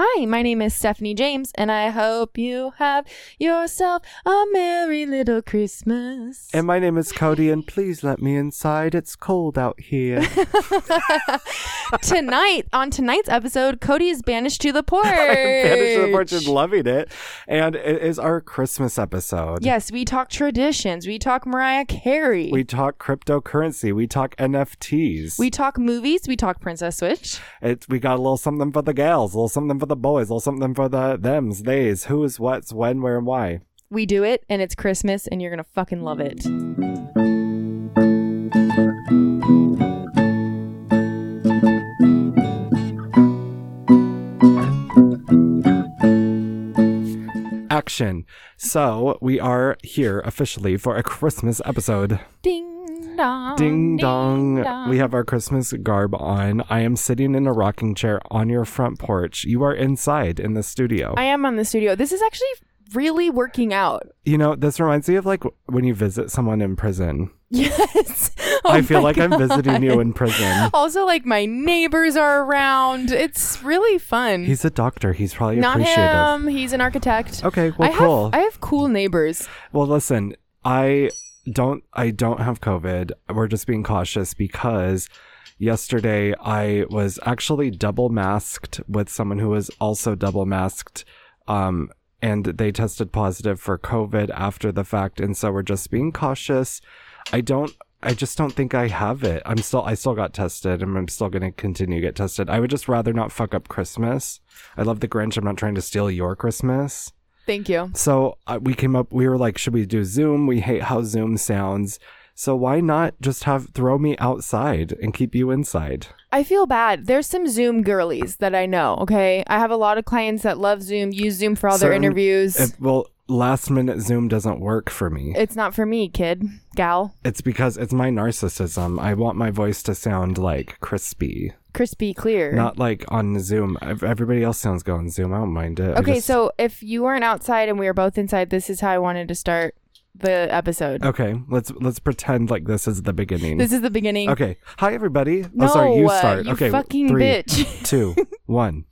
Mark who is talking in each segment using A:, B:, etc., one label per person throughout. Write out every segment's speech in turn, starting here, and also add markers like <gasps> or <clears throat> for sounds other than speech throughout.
A: Hi, my name is Stephanie James, and I hope you have yourself a merry little
B: <laughs>
A: Christmas.
B: And my name is Cody, and please let me inside. It's cold out here.
A: Tonight, on tonight's episode, Cody is banished to the porch.
B: <laughs> Banished to the porch and loving it. And it is our Christmas episode.
A: Yes, we talk traditions. We talk Mariah Carey.
B: We talk cryptocurrency. We talk NFTs.
A: We talk movies. We talk Princess Switch.
B: It, we got a little something for the gals, a little something for the boys, a little something for the thems, theys, who's, what's, when, where, and why.
A: We do it, and it's Christmas, and you're going to fucking love it.
B: Action. So we are here officially for a Christmas episode.
A: Ding dong.
B: Ding dong.
A: dong.
B: We have our Christmas garb on. I am sitting in a rocking chair on your front porch. You are inside in the studio.
A: I am on the studio. This is actually really working out. <laughs>
B: you know, this reminds me of like when you visit someone in prison.
A: Yes. Oh
B: I feel
A: my
B: like I'm visiting you
A: <laughs>
B: in <laughs> prison.
A: Also, like my neighbors are around. It's really fun.
B: He's a doctor. He's probably
A: not
B: appreciative.
A: him. He's an architect.
B: Okay, well,
A: I
B: cool.
A: Have, I have cool neighbors.
B: Well, listen, I don't I don't have COVID. We're just being cautious because yesterday I was actually double masked with someone who was also double masked um and they tested positive for COVID after the fact and so we're just being cautious. I don't I just don't think I have it. I'm still I still got tested and I'm still going to continue to get tested. I would just rather not fuck up Christmas. I love the Grinch. I'm not trying to steal your Christmas.
A: Thank you.
B: So uh, we came up, we were like, should we do Zoom? We hate how Zoom sounds. So why not just have throw me outside and keep you inside?
A: I feel bad. There's some Zoom girlies that I know. Okay, I have a lot of clients that love Zoom, use Zoom for all their
B: Certain-
A: interviews.
B: If- well, last minute Zoom doesn't work for me.
A: it's not for me, kid, gal,
B: It's because it's my narcissism. I want my voice to sound like crispy,
A: crispy, clear.
B: not like on Zoom. Ev- Everybody else sounds good on Zoom. I don't mind it. I
A: okay,
B: just-
A: so if you weren't outside and we were both inside, this is how I wanted to start the episode.
B: okay, let's let's pretend like this is the beginning.
A: This is the beginning.
B: okay, hi everybody.
A: No,
B: oh, sorry, you
A: uh,
B: start.
A: you
B: okay,
A: fucking
B: three,
A: bitch. <laughs>
B: two, one.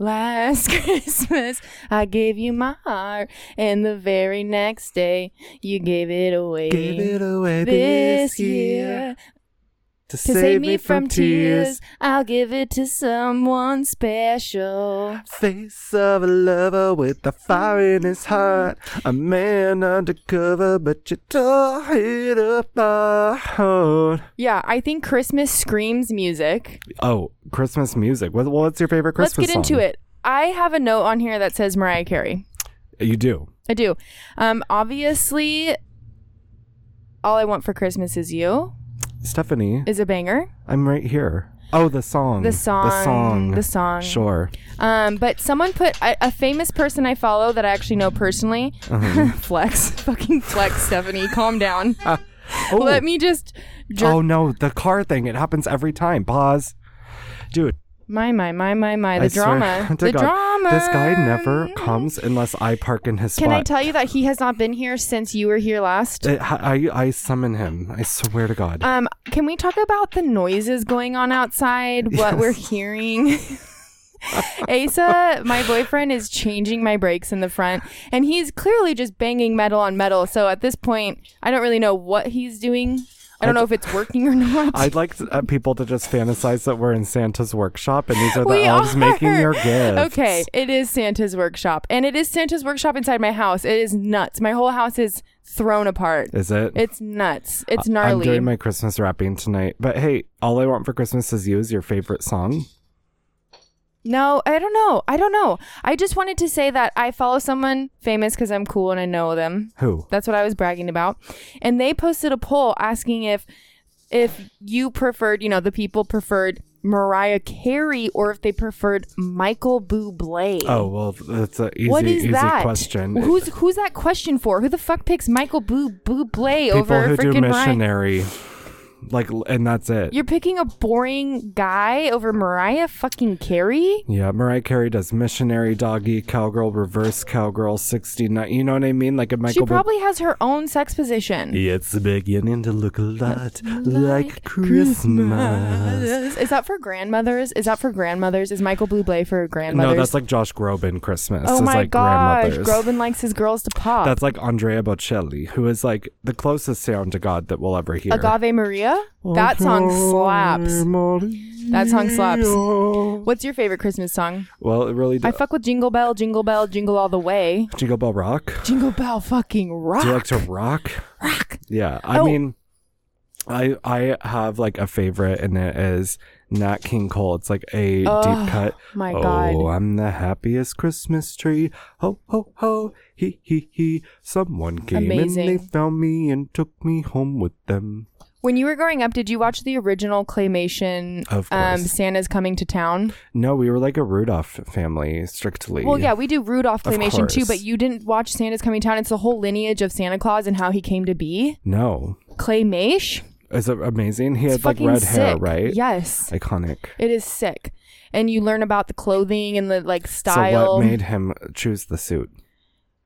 A: Last <laughs> Christmas, I gave you my heart, and the very next day, you gave it away.
B: Give it away
A: this year, to
B: to
A: save me from tears, I'll give it to someone special.
B: Face of a lover with a fire in his heart, a man undercover, but you tore it apart.
A: Yeah, I think Christmas screams music.
B: Oh, Christmas music. What, what's your favorite Christmas
A: Let's get into
B: song?
A: it. I have a note on here that says Mariah Carey.
B: You do.
A: I do. Um, obviously, All I Want for Christmas Is You
B: Stephanie,
A: is a banger.
B: I'm right here. Oh, the song.
A: The song.
B: The song.
A: The song.
B: Sure.
A: Um, but someone put a, a famous person I follow that I actually know personally.
B: Uh-huh.
A: <laughs> flex, fucking flex, Stephanie. Calm down.
B: Oh,
A: Let me just jerk.
B: oh, no. The car thing. It happens every time. Pause. Dude.
A: My my my my my. The
B: I swear <laughs>
A: drama.
B: to
A: The
B: God,
A: drama.
B: This guy never comes unless I park in his
A: Can I
B: spot.
A: tell you that he has not been here since you were here last?
B: It- I, I I summon him. I swear to God.
A: Um, can we talk about the noises going on outside? What we're hearing? <laughs> Asa, my boyfriend, is changing my brakes in the front, and he's clearly just banging metal on metal. So at this point, I don't really know what he's doing. I don't know if it's working or not.
B: I'd like to, uh, people to just fantasize that we're in Santa's workshop and these are
A: <laughs>
B: the
A: we
B: elves
A: are.
B: making your gifts.
A: <laughs> Okay, it is Santa's workshop, and it is Santa's workshop inside my house. It is nuts. My whole house is thrown apart.
B: Is it?
A: It's nuts. It's
B: I'm
A: gnarly.
B: doing my Christmas wrapping tonight. But hey, all I want for Christmas is you is your favorite song.
A: No, I don't know. I don't know. I just wanted to say that I follow someone famous because I'm cool and I know them.
B: Who?
A: That's what I was bragging about. And they posted a poll asking if if you preferred, you know, the people preferred Mariah Carey or if they preferred Michael Bublé.
B: Oh well, that's an easy
A: what is
B: easy
A: that?
B: question.
A: Who's who's that question for? Who the fuck picks Michael Bu Bublé
B: people
A: over
B: who do
A: freaking Mariah?
B: missionary? Like, l- and that's it.
A: You're picking a boring guy over Mariah fucking Carey?
B: Yeah, Mariah Carey does missionary doggy, cowgirl, reverse cowgirl, 69. You know what I mean? Like a
A: She
B: Michael
A: probably has her own sex position.
B: It's beginning to look a lot like Christmas.
A: Is that for grandmothers? Is that for grandmothers? Is Michael Bublé for grandmothers?
B: No, that's like Josh Groban Christmas.
A: oh
B: is
A: my
B: like
A: gosh,
B: grandmother's.
A: Groban likes his girls to pop.
B: That's like Andrea Bocelli, who is like the closest sound to God that we'll ever hear.
A: Agave Maria? That song slaps. That song slaps.
B: Well,
A: What's your favorite Christmas song?
B: it really
A: I
B: does.
A: fuck with Jingle Bell, Jingle Bell, Jingle All the Way.
B: Jingle Bell Rock.
A: Jingle Bell fucking rock.
B: Do you like to rock?
A: rock.
B: Yeah, I
A: Oh.
B: mean, I I have like a favorite, and it is Nat King Cole. It's like a
A: Oh,
B: deep cut.
A: my
B: oh,
A: God.
B: I'm the happiest Christmas tree. Ho ho ho, he he he. Someone came and they
A: Amazing.
B: found me and took me home with them.
A: When you were growing up, did you watch the original claymation
B: Of
A: um,
B: course.
A: Santa's Coming to Town?
B: No, we were like a Rudolph family strictly.
A: Well, yeah, we do Rudolph
B: Of
A: claymation too,
B: course.
A: but you didn't watch Santa's Coming to Town. It's the whole lineage of Santa Claus and how he came to be.
B: No,
A: Claymation?
B: is it amazing? He
A: It's
B: had like
A: fucking
B: red
A: sick.
B: hair, right?
A: Yes.
B: Iconic.
A: It is sick. And you learn about the clothing and the like style.
B: So what made him choose the suit?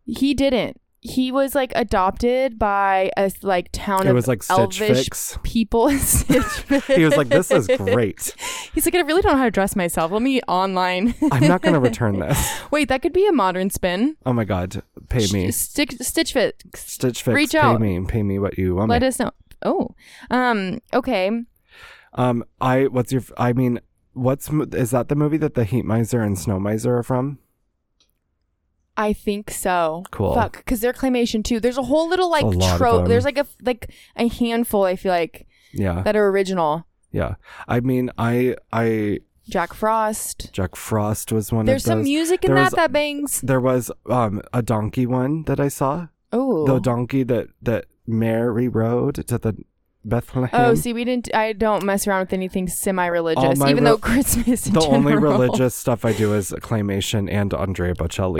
A: He didn't. He was like adopted by a like town
B: It
A: of
B: was like Stitch
A: elvish
B: Fix.
A: people.
B: <laughs>
A: Stitch Fix.
B: He was
A: <laughs>
B: like, "This is great.
A: He's like, I really don't know how to dress myself. Let me
B: <laughs>
A: online.
B: I'm not going to return this."
A: <laughs> Wait, that could be a modern spin.
B: Oh my god, pay me.
A: Stick, Stitch Fix.
B: Stitch Fix,
A: reach
B: pay
A: out.
B: me, pay me what you want.
A: Let
B: me.
A: us know. Oh, um, okay.
B: um, I what's your? I mean, what's mo- is that the movie that the Heat Miser and Snow Miser are from?
A: I think so.
B: Cool.
A: Fuck, because they're claymation too. There's a whole little like
B: A lot of
A: trope.
B: them.
A: There's like a like a handful. I feel like
B: Yeah,
A: that are original.
B: yeah. I mean, I I
A: Jack Frost.
B: Jack Frost was one
A: There's
B: of those.
A: some music in
B: there
A: that
B: was-
A: that bangs.
B: There was um a donkey one that I saw.
A: Oh,
B: The donkey that that Mary rode to the Bethlehem.
A: Oh, see, we didn't. I don't mess around with anything
B: All
A: semi-religious,
B: my
A: even
B: re-
A: though Christmas. In
B: the only
A: general- <laughs>
B: religious stuff I do is claymation and Andrea Bocelli.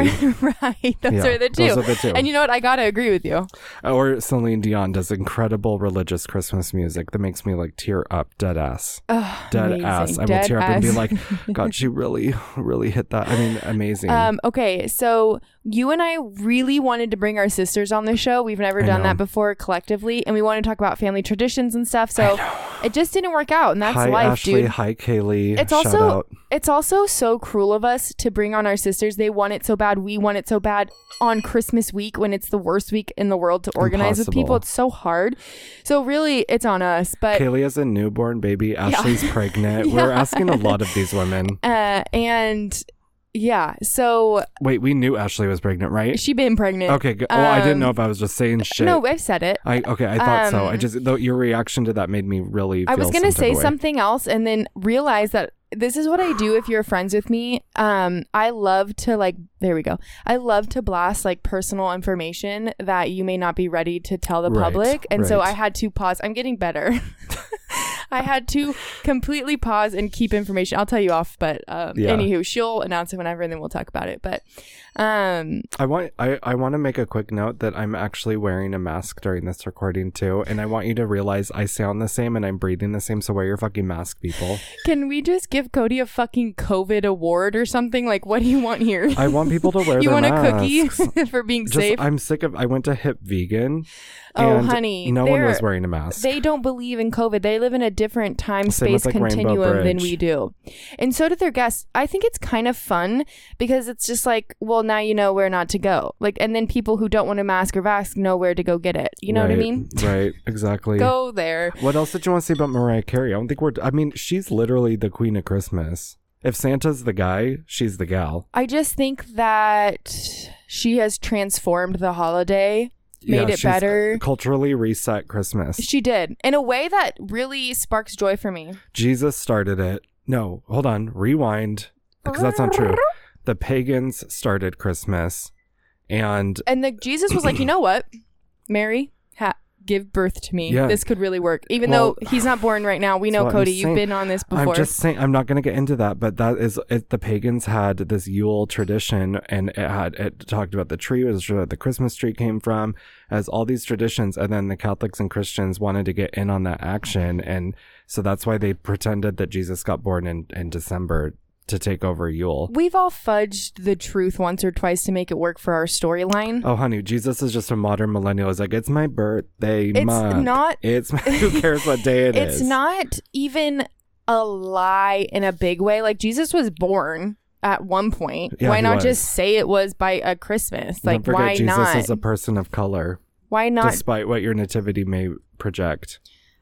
A: right? <laughs> Those
B: Yeah,
A: are the two.
B: those are the two.
A: And you know what? I gotta agree with you.
B: Uh, Or Celine Dion does incredible religious Christmas music that makes me like tear up, dead ass,
A: Ugh,
B: dead
A: amazing.
B: ass. I will
A: Dead
B: tear up and be
A: ass.
B: like, God, she really, really hit that. I mean, amazing.
A: Um, okay, so you and I really wanted to bring our sisters on the show. We've never
B: I
A: done
B: know.
A: that before collectively, and we want to talk about family traditions and stuff. So it just didn't work out, and that's
B: hi
A: life,
B: Ashley,
A: dude.
B: hi Kaylee.
A: It's
B: Shout
A: also
B: out.
A: it's also so cruel of us to bring on our sisters. They want it so bad. We want it so bad on Christmas week when it's the worst week in the world to organize with people.
B: Impossible.
A: It's so hard. So really, it's on us. But
B: Kaylee is a newborn baby. Ashley's pregnant. We're
A: <laughs> Yeah.
B: asking a lot of these women.
A: uh, and yeah, so
B: Wait, we knew Ashley was pregnant, right?
A: she been pregnant.
B: Okay. Go- oh, I didn't
A: Um,
B: know if I was just saying shit.
A: No, I've said it.
B: I okay. I thought so. I
A: Um,
B: just though your reaction to that made me really.
A: I was
B: feel
A: gonna
B: some type
A: say
B: of way.
A: something else and then realize that this is what I do if you're friends with me. Um, I love to like there we go. I love to blast like personal information that you may not be ready to tell the
B: Right,
A: public. And so
B: right.
A: I had to pause. I'm getting better. <laughs> I had to completely pause and keep information. I'll tell you off, but um,
B: Yeah.
A: anywho, she'll announce it whenever, and then we'll talk about it. But um,
B: I want I, I want to make a quick note that I'm actually wearing a mask during this recording too, and I want you to realize I sound the same and I'm breathing the same. So wear your fucking mask, people.
A: can we just give Cody a fucking COVID award or something? Like, what do you want here?
B: I want people to
A: <laughs>
B: wear.
A: you
B: their
A: want a
B: masks.
A: cookie <laughs> for being
B: Just,
A: safe?
B: I'm sick of. I went to Hip Vegan.
A: Oh,
B: and
A: honey,
B: no one was
A: they're-
B: wearing a mask.
A: They don't believe in COVID. They live in a different time
B: Same with,
A: space
B: like, Rainbow
A: continuum than
B: Bridge.
A: we do. And so do their guests. I think it's kind of fun because it's just like, well, now you know where not to go. Like, and then people who don't want a mask or vax know where to go get it. You know what I
B: Right,
A: mean?
B: <laughs> Right. Exactly.
A: Go there.
B: What else did you want to say about Mariah Carey? I don't think we're. I mean, she's literally the queen of Christmas. If Santa's the guy, she's the gal.
A: I just think that she has transformed the holiday, made
B: Yeah,
A: it
B: she's
A: better.
B: Culturally reset Christmas.
A: She did in a way that really sparks joy for me.
B: Jesus started it. No, hold on. Rewind. Because that's not true. The pagans started Christmas. And
A: And the Jesus was like, you know what, Mary, ha- give birth to me.
B: Yeah.
A: This could really work. Even
B: Well,
A: though he's not born right now, we know
B: what I'm
A: Cody. You've
B: saying.
A: been on this before.
B: I'm just saying I'm not going to get into that, but that is it, the pagans had this Yule tradition, and it had it talked about the tree, it was where the Christmas tree came from, as all these traditions, and then the Catholics and Christians wanted to get in on that action, and so that's why they pretended that Jesus got born in in December to take over Yule.
A: We've all fudged the truth once or twice to make it work for our storyline.
B: Oh, honey, Jesus is just a modern millennial. It's like it's my birthday
A: It's
B: month.
A: not-
B: It's who cares what day
A: <laughs>
B: it
A: it's
B: is.
A: not even a lie in a big way. Like Jesus was born at one point.
B: Yeah,
A: why
B: he
A: not
B: was.
A: just say it was by a Christmas?
B: Don't
A: Like
B: forget
A: why
B: Jesus
A: not?
B: is a person of color,
A: why not?
B: despite what your nativity may project.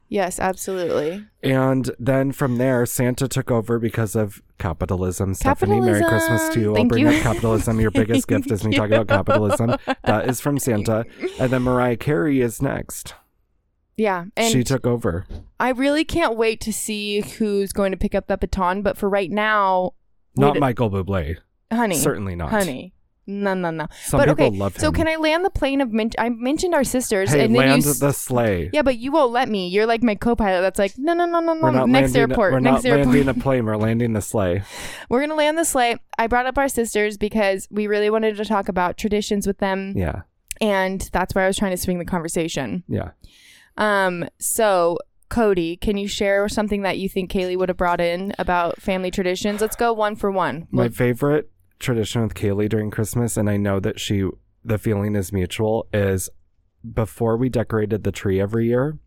A: yes, absolutely.
B: And then from there, Santa took over because of capitalism. Stephanie, Merry
A: Capitalism.
B: Christmas to you.
A: Thank
B: I'll bring
A: you.
B: up
A: <laughs>
B: capitalism. Your biggest gift is me talking about capitalism. That is from Santa. And then Mariah Carey is next.
A: Yeah, and
B: she took over.
A: I really can't wait to see who's going to pick up that baton. But for right now, we
B: Not
A: d-
B: Michael Bublé.
A: honey,
B: Certainly not.
A: honey. No, no, no.
B: Some
A: but
B: people
A: okay,
B: love him.
A: so can I land the plane of? Men- I mentioned our sisters,
B: Hey,
A: and then
B: land
A: you. s-
B: the sleigh.
A: yeah, but you won't let me. You're like my co-pilot. That's like no, no, no, no,
B: We're
A: no.
B: not
A: Next
B: landing,
A: airport.
B: We're
A: next
B: not
A: airport.
B: landing a plane. We're landing the sleigh.
A: <laughs> We're gonna land the sleigh. I brought up our sisters because we really wanted to talk about traditions with them,
B: Yeah.
A: and that's where I was trying to swing the conversation.
B: Yeah.
A: Um, so Cody, can you share something that you think Kaylee would have brought in about family traditions? Let's go one for one.
B: My favorite tradition with Kaylee during Christmas, and I know that she, the feeling is mutual, is before we decorated the tree every year,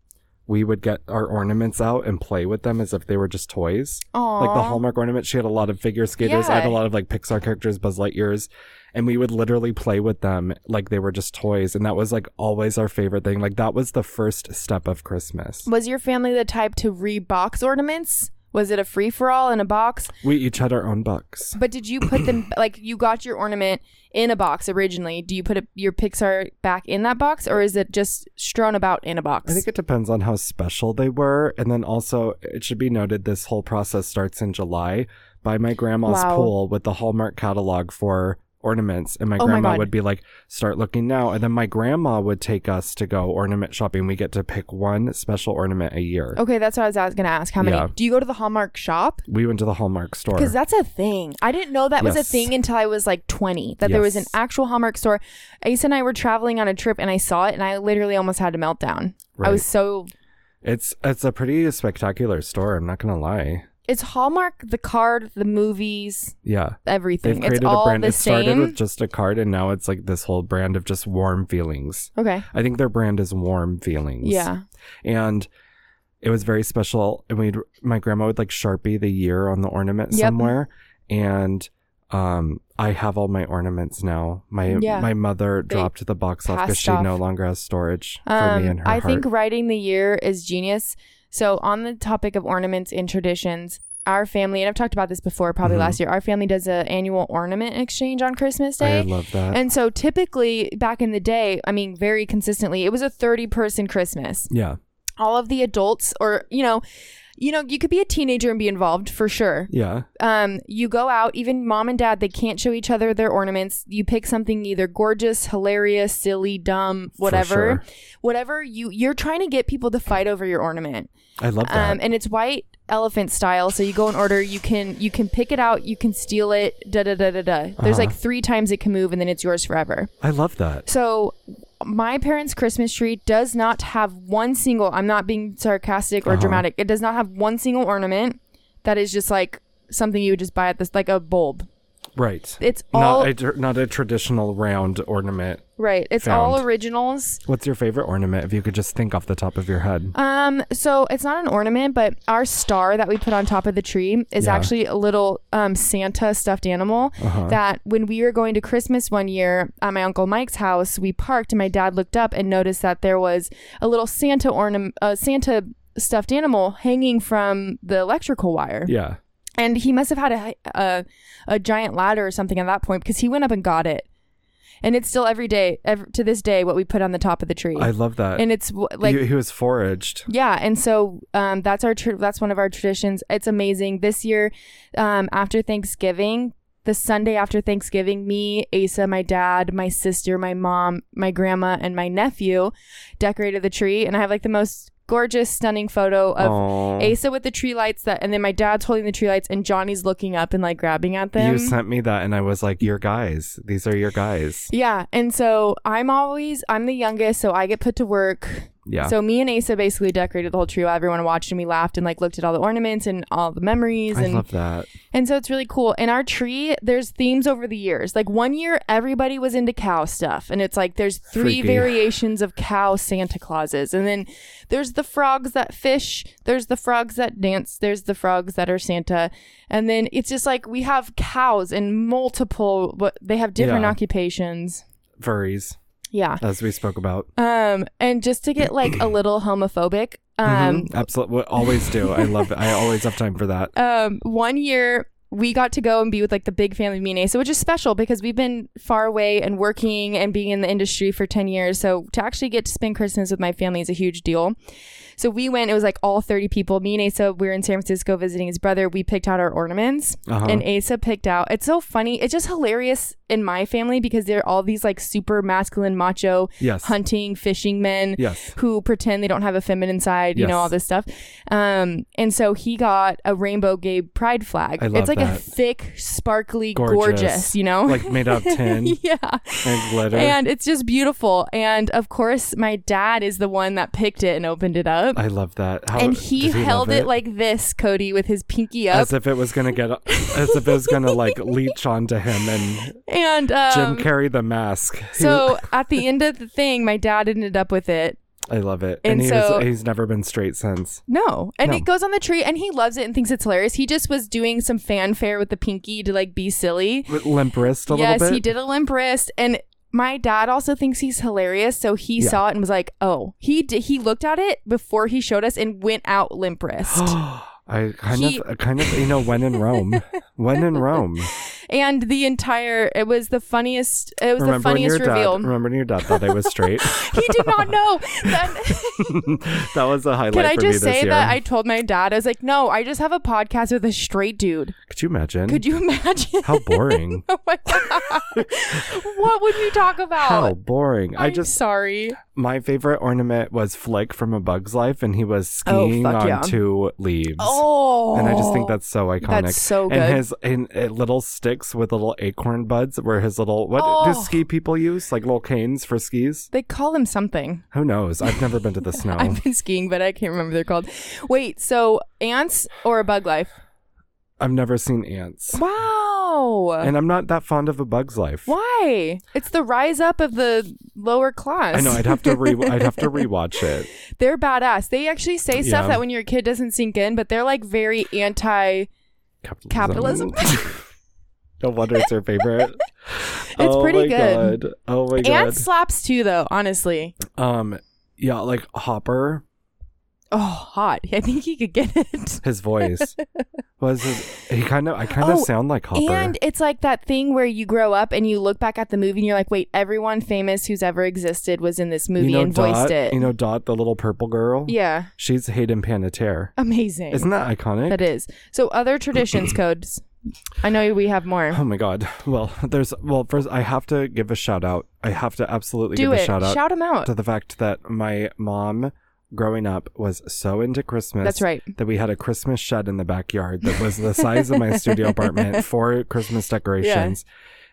B: we would get our ornaments out and play with them as if they were just toys.
A: Aw.
B: Like the Hallmark ornament, she had a lot of figure skaters. I had a
A: Yeah.
B: lot of like Pixar characters, Buzz Lightyears, and we would literally play with them like they were just toys. And that was like always our favorite thing. Like that was the first step of Christmas.
A: was your family the type to rebox ornaments? Was it a free for all in a box?
B: We each had our own bucks.
A: But did you put
B: <clears throat>
A: them like you got your ornament in a box originally? Do you put it, your Pixar back in that box, or is it just strewn about in a box?
B: I think it depends on how special they were. And then also, it should be noted this whole process starts in July by my grandma's
A: Wow.
B: pool with the Hallmark catalog for ornaments. And my
A: Oh my
B: grandma
A: God.
B: would be like, start looking now. And then my grandma would take us to go ornament shopping. We get to pick one special ornament a year.
A: okay, that's what I was, I was gonna ask. How many?
B: Yeah.
A: Do you go to the Hallmark shop?
B: We went to the Hallmark store.
A: Because that's a thing. I didn't know that was a
B: Yes.
A: thing until I was like 20, that there was an
B: Yes.
A: actual Hallmark store. Ace and I were traveling on a trip and I saw it and I literally almost had a meltdown. I
B: Right.
A: was so.
B: It's it's a pretty spectacular store. I'm not gonna lie.
A: It's Hallmark, the card, the movies,
B: Yeah. They've
A: everything. It's
B: created a
A: all
B: brand.
A: the
B: It started
A: same.
B: with just a card, and now it's like this whole brand of just warm feelings.
A: okay.
B: I think their brand is warm feelings.
A: Yeah.
B: and it was very special. And we, would my grandma would like sharpie the year on the ornament
A: Yep.
B: somewhere, and um, I have all my ornaments now. My
A: Yeah.
B: my mother
A: They
B: dropped the box off because
A: passed
B: she no
A: off.
B: longer has storage for me in
A: Um,
B: her
A: I
B: heart.
A: think writing the year is genius. So, on the topic of ornaments and traditions, our family, and I've talked about this before probably
B: Mhm.
A: last year, our family does an annual ornament exchange on Christmas Day.
B: I love that.
A: And so typically back in the day, I mean, very consistently, it was a 30 person Christmas.
B: yeah,
A: All of the adults or, you know, you know, you could be a teenager and be involved for sure.
B: yeah,
A: Um, you go out, even mom and dad, they can't show each other their ornaments. You pick something either gorgeous, hilarious, silly, dumb, whatever.
B: sure.
A: Whatever you you're trying to get people to fight over your ornament.
B: I love that.
A: Um, and it's white elephant style. So you go in order. You can you can pick it out. You can steal it. Da da da da da. There's like three times it can move, and then it's yours forever.
B: I love that.
A: So my parents' Christmas tree does not have one single. I'm not being sarcastic or dramatic. It does not have one single ornament that is just like something you would just buy at this like a bulb.
B: Right.
A: It's all
B: not a
A: right.
B: tr- not a traditional round ornament.
A: It's all
B: found.
A: originals.
B: What's your favorite ornament? If you could just think off the top of your head.
A: Um, so it's not an ornament, but our star that we put on top of the tree is
B: Yeah. Uh-huh.
A: actually a little um, Santa stuffed animal. That when we were going to Christmas one year at my uncle Mike's house, we parked and my dad looked up and noticed that there was a little Santa ornament, uh, Santa stuffed animal hanging from the electrical wire.
B: yeah.
A: And he must have had a, a a giant ladder or something at that point because he went up and got it. And it's still every day, ev to this day, what we put on the top of the tree.
B: I love that.
A: and it's w- like
B: he, he was foraged.
A: yeah, and so um, that's our tr- that's one of our traditions. It's amazing. This year, um, after Thanksgiving, the Sunday after Thanksgiving, me, Asa, my dad, my sister, my mom, my grandma, and my nephew decorated the tree. And I have like the most gorgeous, stunning photo of
B: Aw.
A: Asa with the tree lights that, and then my dad's holding the tree lights, and Johnny's looking up and like grabbing at them.
B: You sent me that, and I was like, "Your guys, these are your guys."
A: yeah, and so I'm always I'm the youngest, so I get put to work.
B: Yeah.
A: So me and Asa basically decorated the whole tree while everyone watched and we laughed and like looked at all the ornaments and all the memories
B: I
A: and
B: love that.
A: and so it's really cool. In our tree, there's themes over the years. Like one year everybody was into cow stuff and it's like there's three
B: Freaky.
A: variations of cow Santa Clauses. And then there's the frogs that fish, there's the frogs that dance, there's the frogs that are Santa. And then it's just like we have cows and multiple what they have different
B: Yeah.
A: occupations.
B: Furries,
A: Yeah.
B: as we spoke about.
A: Um and just to get like a little homophobic, um
B: Absolutely, Mm-hmm. always do. I love it. I always have time
A: <laughs>
B: for that.
A: um, one year we got to go and be with like the big family me and Asa, which is special because we've been far away and working and being in the industry for 10 years. So to actually get to spend Christmas with my family is a huge deal. So we went, it was like all 30 people. Me and Asa, we were in San Francisco visiting his brother. We picked out our ornaments
B: Uh-huh.
A: and Asa picked out. It's so funny. It's just hilarious in my family because they're all these like super masculine, macho,
B: Yes.
A: hunting, fishing men
B: Yes.
A: who pretend they don't have a feminine side, you
B: Yes.
A: know, all this stuff. Um, and so he got a rainbow gay pride flag.
B: I love
A: it's like a
B: that.
A: thick, sparkly,
B: Gorgeous.
A: gorgeous, you know?
B: Like made out of tin
A: <laughs> yeah.
B: and glitter.
A: And it's just beautiful. And of course, my dad is the one that picked it and opened it up.
B: I love that. How,
A: and he,
B: did love
A: held it? like this, Cody, with his pinky up.
B: as if it was gonna get, as if it was gonna
A: <laughs>
B: like leech onto him and
A: and um,
B: Jim carry the mask.
A: so at the end of the thing, my dad ended up with it.
B: I love it,
A: and
B: and, he
A: so-
B: was, he's never been straight since.
A: No. And
B: No.
A: it goes on the tree and he loves it and thinks it's hilarious. He just was doing some fanfare with the pinky to like be silly.
B: With Limp wrist a
A: yes,
B: little bit.
A: he did a limp wrist and my dad also thinks he's hilarious, so he
B: Yeah.
A: saw it and was like, "Oh, he did, he looked at it before he showed us and went out limp wrist."
B: <gasps> I kind
A: He-
B: of, kind of, you know, when in Rome,
A: <laughs>
B: when in Rome.
A: and the entire it was the funniest. It was the
B: remember when
A: funniest
B: your
A: reveal.
B: <laughs> dad, remember when your dad thought I was
A: <laughs>
B: straight. <laughs>
A: he did not know. That, <laughs>
B: that was a highlight
A: can I
B: for
A: just
B: me this
A: say
B: year.
A: that I told my dad I was like, "No, I just have a podcast with a straight dude."
B: Could you imagine?
A: Could you <laughs> imagine?
B: How
A: <laughs>
B: boring.
A: Oh my god! what would we talk about?
B: How boring. I
A: Oh, I'm
B: just
A: sorry.
B: my favorite ornament was Flick from A Bug's Life and he was
A: Oh,
B: skiing
A: fuck
B: on
A: yeah.
B: two leaves.
A: Oh,
B: And I just think that's so iconic.
A: That's so good.
B: And his and, uh, little sticks with little acorn buds were his little what
A: Oh.
B: do ski people use? Like little canes for skis?
A: they call them something.
B: Who knows? I've never been to the snow.
A: <laughs> I've been skiing, but I can't remember what they're called. Wait, so ants or a bug life?
B: I've never seen ants.
A: Uh, Wow.
B: And I'm not that fond of A Bug's Life.
A: Why? It's the rise up of the lower class.
B: I know I'd have to re I'd have to rewatch it.
A: they're badass. They actually say stuff
B: Yeah.
A: that when you're a kid doesn't sink in, but they're like very anti. <laughs> Capitalism?
B: Capitalism. <laughs> no wonder it's
A: <laughs>
B: your favorite. it's
A: pretty
B: my
A: good.
B: God. Oh my
A: Ant slaps too, though. Honestly.
B: god. Um, yeah, like Hopper,
A: Oh, hot. I think he could get it. <laughs>
B: his voice was his, he kind of I kind of
A: Oh,
B: sound like Hopper.
A: And it's like that thing where you grow up and you look back at the movie and you're like, wait, everyone famous who's ever existed was in this movie
B: you know
A: and
B: Dot,
A: voiced it.
B: you know Dot, the little purple girl.
A: yeah.
B: she's Hayden Panettiere.
A: Amazing.
B: Isn't that iconic?
A: that is. So other
B: <clears throat>
A: traditions codes. I know we have more.
B: Oh my god. <laughs> Well, there's well first I have to give a shout out. I have to absolutely
A: Do
B: give
A: it.
B: a shout out
A: them out.
B: to the fact that my mom growing up was so into Christmas.
A: That's right.
B: That we had a Christmas shed in the backyard that was the size of my
A: <laughs>
B: studio apartment for Christmas decorations.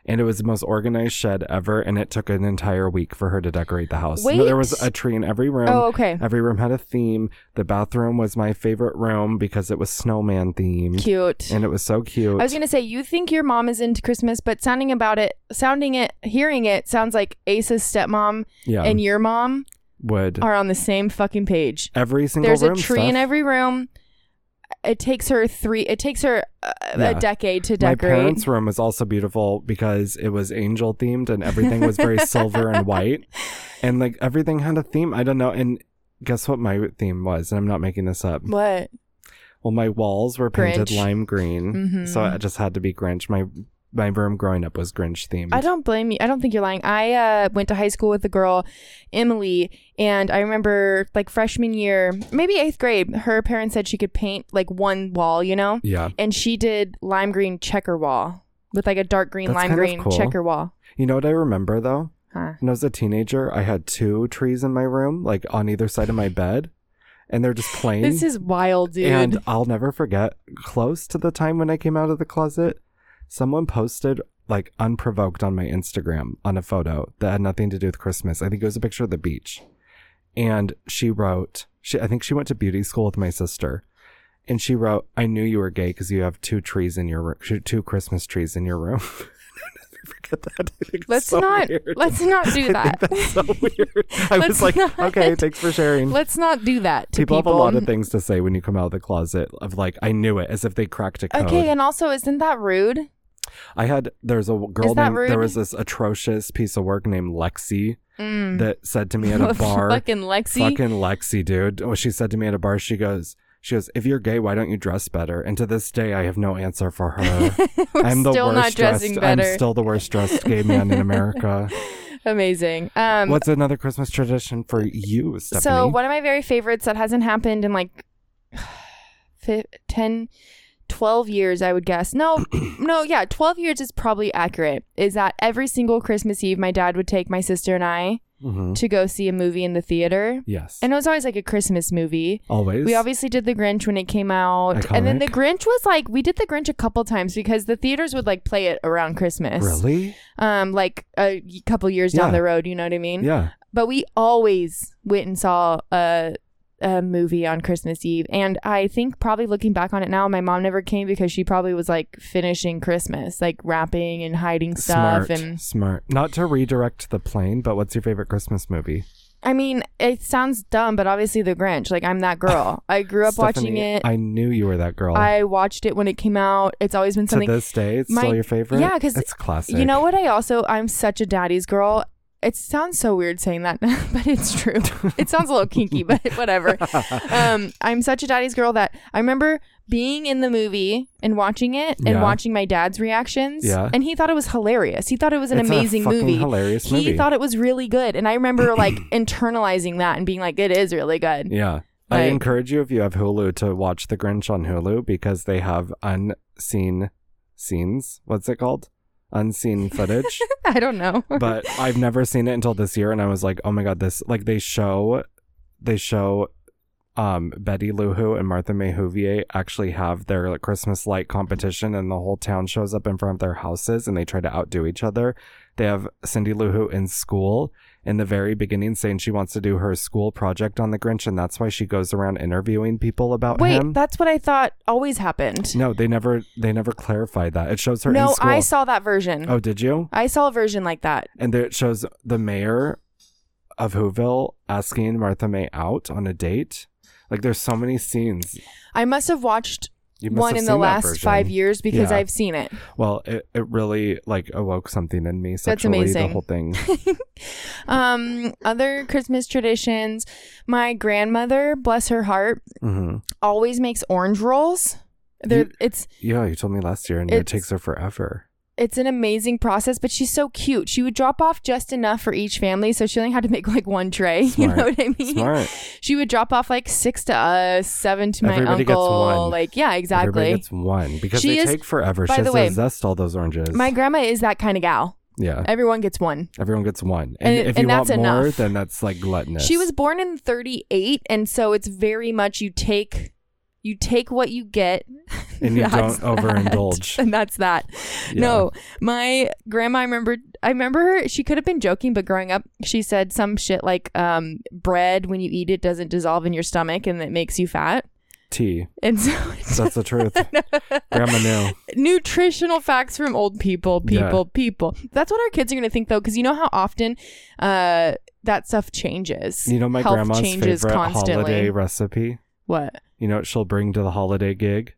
B: And it was the most organized shed ever. And it took an entire week for her to decorate the house. There was
A: Wait.
B: a tree in every room.
A: Oh, okay.
B: Every room had a theme. The bathroom was my favorite room because it was snowman themed.
A: Cute.
B: And it was so cute.
A: I was gonna say you think your mom is into Christmas, but sounding about it, sounding it, hearing it sounds like Ace's stepmom
B: yeah.
A: and your mom
B: would.
A: are on the same fucking page.
B: every single
A: there's
B: room.
A: a tree in
B: stuff.
A: every room it takes her three it takes her uh,
B: Yeah.
A: a decade to
B: My
A: decorate
B: parents' room was also beautiful because it was angel themed and everything was very silver
A: <laughs>
B: and white. And like everything had a theme. I don't know. And guess what my theme was? And I'm not making this up.
A: what
B: Well, my walls were painted
A: Grinch.
B: lime green.
A: Mhm.
B: So it just had to be Grinch. My my room growing up was Grinch themed.
A: i don't blame you i don't think you're lying i uh, went to high school with a girl emily and i remember like freshman year maybe eighth grade her parents said she could paint like one wall you know
B: yeah.
A: and she did lime green checker wall with like a dark green
B: That's
A: lime
B: kind of
A: green
B: cool.
A: checker wall.
B: You know what I remember though?
A: Huh.
B: When I was a teenager, I had two trees in my room, like on either side of my bed, and they're just plain.
A: This is wild, dude.
B: And I'll never forget, close to the time when I came out of the closet, someone posted like unprovoked on my Instagram on a photo that had nothing to do with Christmas. I think it was a picture of the beach. And she wrote, she I think she went to beauty school with my sister. And she wrote, I knew you were gay because you have two trees in your room, two Christmas trees in your room. <laughs> Forget that. I think it's
A: let's
B: so
A: not
B: weird.
A: let's not do
B: <laughs> I think
A: that.
B: that's
A: <laughs>
B: so weird. I
A: Let's
B: was like,
A: not.
B: okay, thanks for sharing
A: Let's not do that to
B: people,
A: people.
B: have a lot of things to say when you come out of the closet of like i knew it as if they cracked a code
A: Okay, and also isn't that rude?
B: i had there's a girl
A: Is that
B: named there
A: rude?
B: was this atrocious piece of work named lexi
A: Mm.
B: that said to
A: <laughs>
B: me at a bar
A: Fucking Lexi.
B: fucking lexi dude what she said to me at a bar she goes she goes if you're gay why don't you dress better and to this day i have no answer for her
A: <laughs> We're
B: i'm the
A: still
B: worst
A: not dressing
B: dressed
A: better.
B: i'm still the worst dressed gay
A: <laughs>
B: man in america
A: Amazing. Um,
B: what's another christmas tradition for you Stephanie?
A: so uh, one of my very favorites that hasn't happened in like <sighs> fi 10 12 years i would guess
B: <clears throat>
A: no no yeah 12 years is probably accurate is that every single christmas eve my dad would take my sister and i
B: Mhm.
A: to go see a movie in the theater
B: yes
A: and it was always like a christmas movie
B: always
A: we obviously did the grinch when it came out and then the
B: Iconic.
A: grinch was like we did the grinch a couple times because the theaters would like play it around christmas
B: really
A: um like a couple years down
B: Yeah.
A: the road you know what i mean
B: yeah
A: but we always went and saw a a movie on Christmas Eve. And I think probably looking back on it now, my mom never came because she probably was like finishing Christmas, like wrapping and hiding stuff.
B: smart,
A: And
B: smart. Not to redirect the plane, but what's your favorite Christmas movie?
A: I mean, it sounds dumb, but obviously The Grinch. Like I'm that girl. I grew up watching
B: Stephanie,
A: it. I,
B: I knew you were that girl.
A: watched it when it came out. It's always been
B: to
A: something.
B: this day, it's
A: my-
B: still your favorite.
A: yeah, 'cause
B: it's classic.
A: You know what? I also I'm such a daddy's girl. It sounds so weird saying that, <laughs> but it's true. It sounds a little kinky,
B: <laughs>
A: but whatever. Um, I'm such a daddy's girl that I remember being in the movie and watching it and
B: Yeah.
A: watching my dad's reactions.
B: Yeah.
A: And he thought it was hilarious. He thought it was an
B: It's a
A: amazing
B: fucking
A: movie.
B: hilarious
A: he
B: movie.
A: thought it was really good, and I
B: <clears throat>
A: remember like internalizing that and being like, "It is really good."
B: Yeah. I
A: Like-
B: encourage you if you have Hulu to watch The Grinch on Hulu because they have unseen scenes. What's it called? Unseen footage.
A: <laughs> I don't know.
B: <laughs> but I've never seen it until this year, and I was like, oh my god, this like they show, they show, um, Betty Lou Who and Martha May Huvier actually have their like, Christmas light competition, and the whole town shows up in front of their houses, and they try to outdo each other. They have Cindy Lou Who in school in the very beginning saying she wants to do her school project on the Grinch, and that's why she goes around interviewing people about
A: Wait,
B: him.
A: that's what I thought always happened.
B: no, they never they never clarified that. It shows her in
A: No,
B: school.
A: I saw that version.
B: oh, did you?
A: I saw a version like that.
B: and there it shows the mayor of Whoville asking Martha May out on a date. Like there's so many scenes.
A: I must have watched
B: You must
A: one
B: have
A: in the
B: seen that
A: last
B: version.
A: five years because
B: Yeah.
A: I've seen it.
B: Well, it, it really like awoke something in me
A: That's
B: sexually.
A: amazing.
B: The
A: <laughs>
B: whole thing.
A: Um, other Christmas traditions. My grandmother, bless her heart,
B: hmm
A: always makes orange rolls. They're,
B: You-
A: it's
B: Yeah, you told me last year, and it
A: It's-
B: takes
A: <laughs>
B: her forever.
A: it's an amazing process, but she's so cute. She would drop off just enough for each family, so she only had to make like one tray. <laughs> You
B: Smart.
A: know what I mean?
B: Smart.
A: She would drop off like six to us, seven to my
B: Everybody gets
A: uncle.
B: one.
A: Like yeah,
B: Everybody
A: exactly.
B: gets one because
A: She
B: they
A: is-
B: take forever.
A: by
B: she has
A: the
B: to
A: way,
B: zest all those oranges.
A: My grandma is that kind of gal.
B: yeah,
A: Everyone gets one.
B: everyone gets one, and,
A: and-
B: if
A: and
B: you
A: that's
B: want more,
A: enough.
B: then that's like gluttonous.
A: She was born in 38 and so it's very much you take you take what you get <laughs>
B: And you
A: That's
B: don't overindulge.
A: And that's that. <laughs>
B: Yeah.
A: No, my grandma I remember I remember her she could have been joking but growing up she said some shit like um bread when you eat it doesn't dissolve in your stomach and it makes you fat.
B: tea.
A: And so
B: That's
A: <laughs>
B: the truth. <laughs> Grandma knew.
A: nutritional facts from old people,
B: Yeah.
A: people, people. That's what our kids are going to think though cuz you know how often uh that stuff changes.
B: You know my
A: Health
B: grandma's
A: changes
B: favorite
A: constantly.
B: holiday recipe?
A: What?
B: You know what she'll bring to the holiday gig?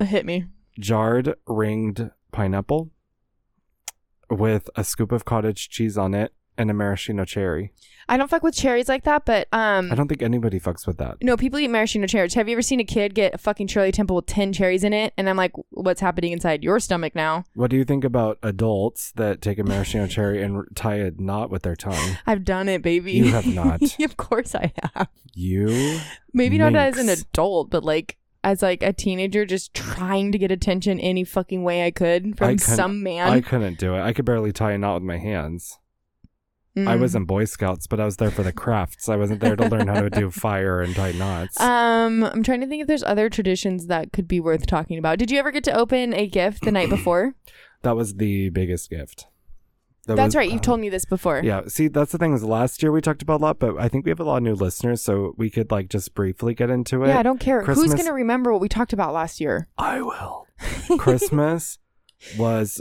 A: Hit me.
B: Jarred ringed pineapple with a scoop of cottage cheese on it and a maraschino cherry.
A: I don't fuck with cherries like that, but
B: I
A: um,
B: don't think anybody fucks with that.
A: no, people eat maraschino cherries. Have you ever seen a kid get a fucking Shirley Temple with ten cherries in it? And I'm like, what's happening inside your stomach now?
B: What do you think about adults that take
A: <laughs>
B: a maraschino cherry and r- tie a knot with their tongue?
A: I've done it, baby. <laughs>
B: You have not.
A: of course I have.
B: You
A: Maybe not as
B: Minx.
A: an adult, but like as like a teenager just trying to get attention any fucking way I could from
B: I couldn't-
A: some man.
B: I couldn't do it. I could barely tie a knot with my hands. I
A: Mm.
B: was in Boy Scouts, but I was there for the crafts. I wasn't there to learn how to do fire and tie knots.
A: Um, I'm trying to think if there's other traditions that could be worth talking about. Did you ever get to open a gift
B: <clears throat>
A: the night before?
B: that was the biggest gift. That
A: That's
B: was-
A: right. You've
B: um,
A: told me this before.
B: Yeah. See, that's the thing is last year we talked about a lot, but I think we have a lot of new listeners, so we could like just briefly get into it.
A: Yeah, I don't care. Who's
B: Christmas-
A: going to remember what we talked about last year?
B: I will. Christmas was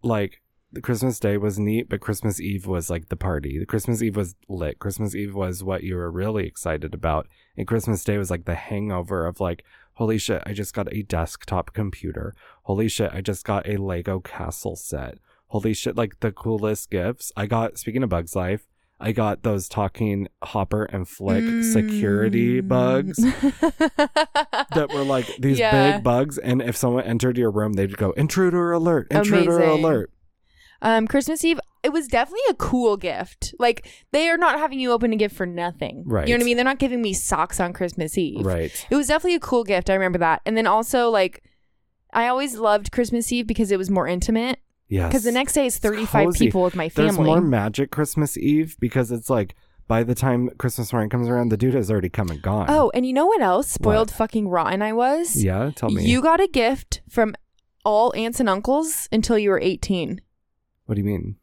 B: like the Christmas Day was neat, but Christmas Eve was like the party. The Christmas Eve was lit. Christmas Eve was what you were really excited about. And Christmas Day was like the hangover of like, holy shit, I just got a desktop computer. Holy shit, I just got a Lego castle set. Holy shit, like the coolest gifts. I got speaking of Bugs Life, I got those talking Hopper and Flick security
A: Mm. <laughs>
B: bugs that were like these
A: Yeah.
B: big bugs and if someone entered your room they'd go intruder alert intruder
A: Amazing.
B: alert
A: um, Christmas Eve, it was definitely a cool gift. Like, they are not having you open a gift for nothing.
B: Right.
A: You know what I mean? They're not giving me socks on Christmas Eve.
B: right
A: It was definitely a cool gift. I remember that. And then also, like, I always loved Christmas Eve because it was more intimate.
B: yes
A: Because the next day is 35
B: cozy.
A: people with my
B: there's
A: family.
B: more magic christmas eve because it's like by the time christmas morning comes around the dude has already come and gone
A: oh, and you know what else? Spoiled fucking rotten I was?
B: yeah tell me
A: You got a gift from all aunts and uncles until you were 18.
B: what do you mean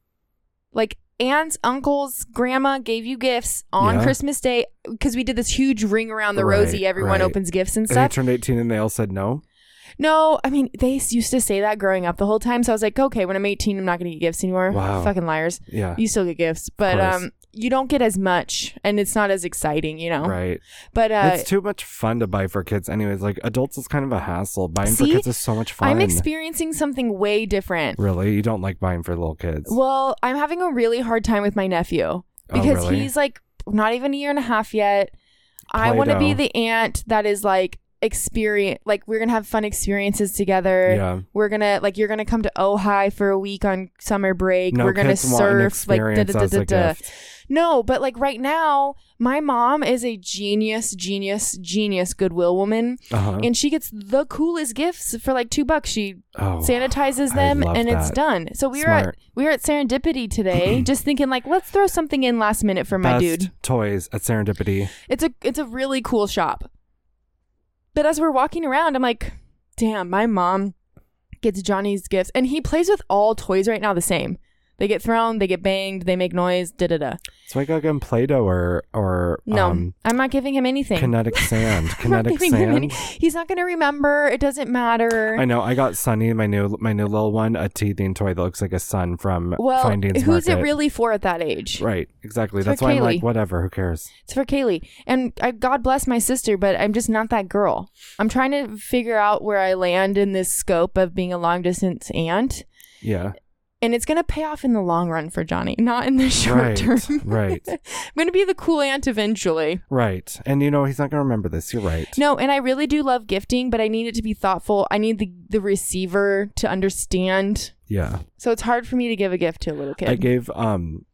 A: Like, aunts, uncles, grandma gave you gifts on
B: Yeah.
A: Christmas Day because we did this huge ring around the
B: Right,
A: rosy. Everyone
B: right.
A: opens gifts and
B: and he
A: stuff.
B: turned 18 and they all said no
A: no, I mean, they s- used to say that growing up the whole time. So I was like, okay, when I'm 18, I'm not going to get gifts anymore.
B: Wow.
A: Fucking liars.
B: yeah
A: You still get gifts, but
B: course.
A: um, you don't get as much, and it's not as exciting, you know.
B: right
A: But uh,
B: it's too much fun to buy for kids anyways like adults is kind of a hassle buying
A: See?
B: for kids is so much fun
A: I'm experiencing something way different.
B: really you don't like buying for little kids
A: Well, I'm having a really hard time with my nephew because
B: Oh, really?
A: he's like not even a year and a half yet. I want to be
B: Play-Doh.
A: the aunt that is like experience like we're gonna have fun experiences together
B: yeah
A: we're gonna like you're gonna come to ohio for a week on summer break
B: no
A: we're gonna
B: kids want an
A: surf like da,
B: experience
A: da, da,
B: as a
A: da, da.
B: gift.
A: no but like right now my mom is a genius genius genius goodwill woman
B: Uh-huh.
A: and she gets the coolest gifts for like two bucks she
B: oh.
A: sanitizes
B: I
A: them
B: love
A: and it's
B: that.
A: done. So we were at
B: Smart.
A: we were at Serendipity
B: <clears throat>
A: today, just thinking like, let's throw something in last minute for my
B: Best
A: dude.
B: toys at Serendipity.
A: It's a it's a really cool shop. But as we're walking around, I'm like, damn, my mom gets Johnny's gifts, and he plays with all toys right now the same. They get thrown, they get banged, they make noise, da da da.
B: So I go again Play-Doh or or
A: No,
B: um,
A: I'm not giving him anything. <laughs>
B: kinetic sand.
A: I'm not
B: Kinetic
A: giving him any-
B: sand.
A: <laughs> He's not gonna remember. It doesn't matter.
B: I know. I got Sunny, my new my new little one, a teething toy that looks like a sun from
A: well,
B: Findings
A: who's
B: Market.
A: it really for at that age?
B: Right. Exactly.
A: It's for
B: That's why I'm
A: Kaylee.
B: like, whatever. Who cares?
A: It's for Kaylee. And I, God bless my sister, but I'm just not that girl. I'm trying to figure out where I land in this scope of being a long distance aunt.
B: Yeah.
A: And it's going to pay off in the long run for Johnny, not in the <laughs> short
B: Right.
A: term. <laughs>
B: right.
A: I'm going to be the cool aunt eventually.
B: Right. And you know he's not gonna remember this. You're right.
A: No, and I really do love gifting, but I need it to be thoughtful. I need the, the receiver to understand.
B: Yeah.
A: So it's hard for me to give a gift to a little kid.
B: I gave um,